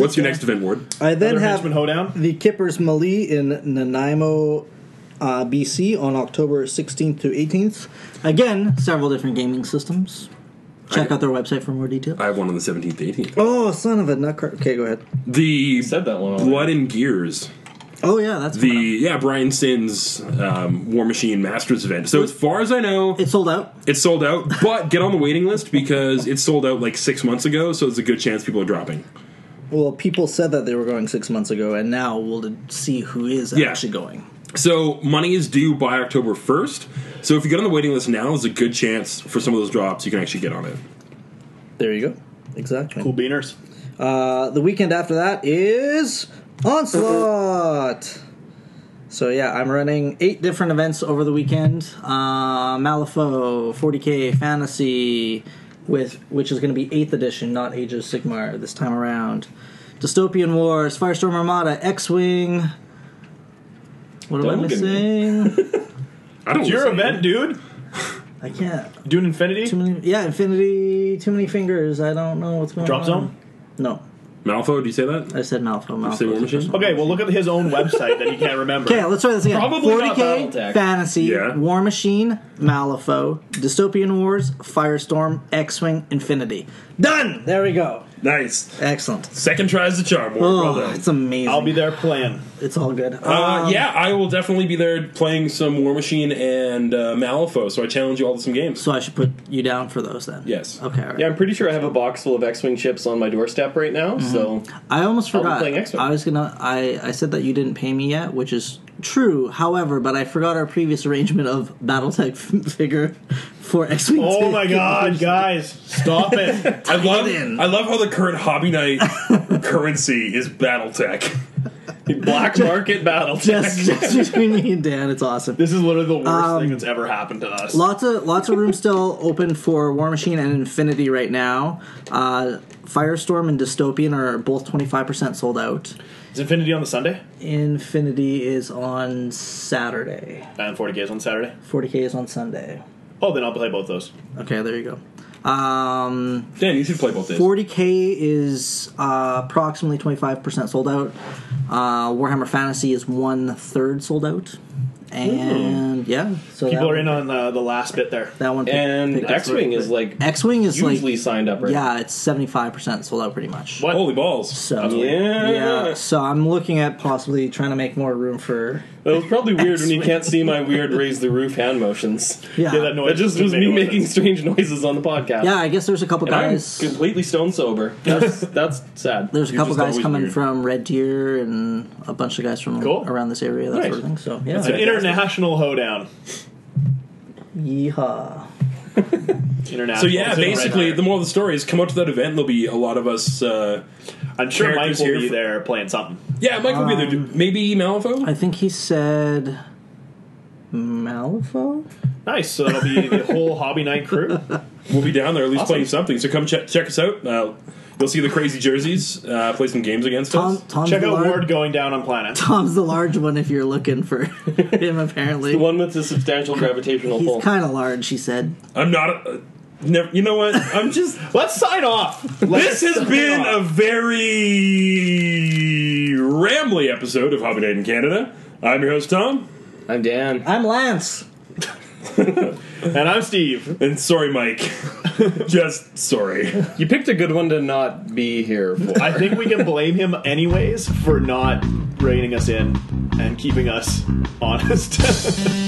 What's your next event, Ward? I then Another have henchman hoedown. the Kippers Melee in Nanaimo, uh, BC on October 16th to 18th. Again, several different gaming systems. Check out their website for more detail. I have one on the 17th to 18th. Oh, son of a nutcracker. Okay, go ahead. The said that one already. Blood and Gears. Oh, yeah, that's The, coming up. yeah, Brian Sin's um, War Machine Masters event. So, as far as I know, It's sold out. It's sold out, but get on the waiting list because it sold out like six months ago, so there's a good chance people are dropping. Well, people said that they were going six months ago, and now we'll see who is Yeah. actually going. So money is due by October 1st. So if you get on the waiting list now, there's a good chance for some of those drops you can actually get on it. There you go. Exactly. Cool beaners. Uh, the weekend after that is Onslaught. So yeah, I'm running eight different events over the weekend. Uh, Malifaux, 40k fantasy, with which is going to be eighth edition, not Age of Sigmar this time around. Dystopian Wars, Firestorm Armada, X-wing. What am I Don't get missing? I don't It's your listen. event, dude. I can't. Dune Too Infinity. many. Yeah, Infinity. Too many fingers. I don't know what's going Drop on. Zone? No, Malfo, do you say that? I said Malifaux. say War Malifaux. Machine? Okay, well look at his own website that he can't remember. Okay, let's try this again. Probably not 40k Battletech. fantasy, Yeah. War Machine, Malifaux, Dystopian Wars, Firestorm, X-wing, Infinity. Done. There we go. Nice. Excellent. Second tries the charm. Ward. well Oh, done. it's amazing. I'll be there playing. it's all good. Uh, Um, yeah, I will definitely be there playing some War Machine and uh, Malifaux, so I challenge you all to some games. So I should put you down for those then. Yes. Okay. All right. Yeah, I'm pretty sure I have a box full of X-wing chips on my doorstep right now. Mm-hmm. So I almost I'll be forgot. playing X-Men. I was gonna. I I said that you didn't pay me yet, which is true. However, but I forgot our previous arrangement of BattleTech f- figure for X Wing. Oh my god, guys, stop it! I love, in. I love how the current Hobby Night currency is BattleTech. black market battle. Just, just between me and Dan, it's awesome. This is literally the worst Um, thing that's ever happened to us. Lots of lots of room still open for War Machine and Infinity right now. Uh, Firestorm and Dystopian are both twenty five percent sold out. Is Infinity on the Sunday Infinity is on Saturday. and 40k is on Saturday? Forty K is on Sunday. Oh, then I'll play both those. Okay, there you go. Um, Dan, you should play both days. 40k is uh, approximately 25% sold out. Uh, Warhammer Fantasy is one third sold out. And yeah, so People that, are in on uh, the last bit there. that one. picked- And picked up X-wing is quick. like X-wing is usually like signed up right. now. yeah, it's 75% sold out pretty much. What? Holy balls. So Yeah. yeah, so I'm looking at possibly trying to make more room for That was probably weird when you can't see my weird raise the roof hand motions. yeah. Yeah, that noise That just was made me noise. making strange noises on the podcast. Yeah, I guess there's a couple And I'm guys. completely stone sober. That's that's sad. There's a You're couple just guys always coming weird. from Red Deer and a bunch of guys from Cool. around this area, that Nice. sort of thing. So yeah, It's an international hoedown. yeehaw. International. So yeah, It's in basically, Red the Iron. moral of the story is come out to that event. There'll be a lot of us. Uh, I'm sure Mike characters will here be for- there playing something. yeah, Mike will be there. Do- Maybe Malifaux? Um, I think he said Malifaux. Nice. So that'll be the whole hobby night crew. We'll be down there at least Awesome. playing something. So come check check us out. Uh, you'll see the crazy jerseys. Uh, play some games against Tom, us. Tom's Check the out lar- Ward going down on planet. Tom's the large one if you're looking for him. Apparently, The one with the substantial gravitational he's pull. kind of large. He said. I'm not. A, uh, never, you know what? I'm just. Let's sign off. this has been a very rambly episode of Hobby Night in Canada. I'm your host Tom, I'm Dan. I'm Lance. and I'm Steve. and sorry, Mike. just sorry. You picked a good one to not be here for. I think we can blame him anyways for not reining us in and keeping us honest.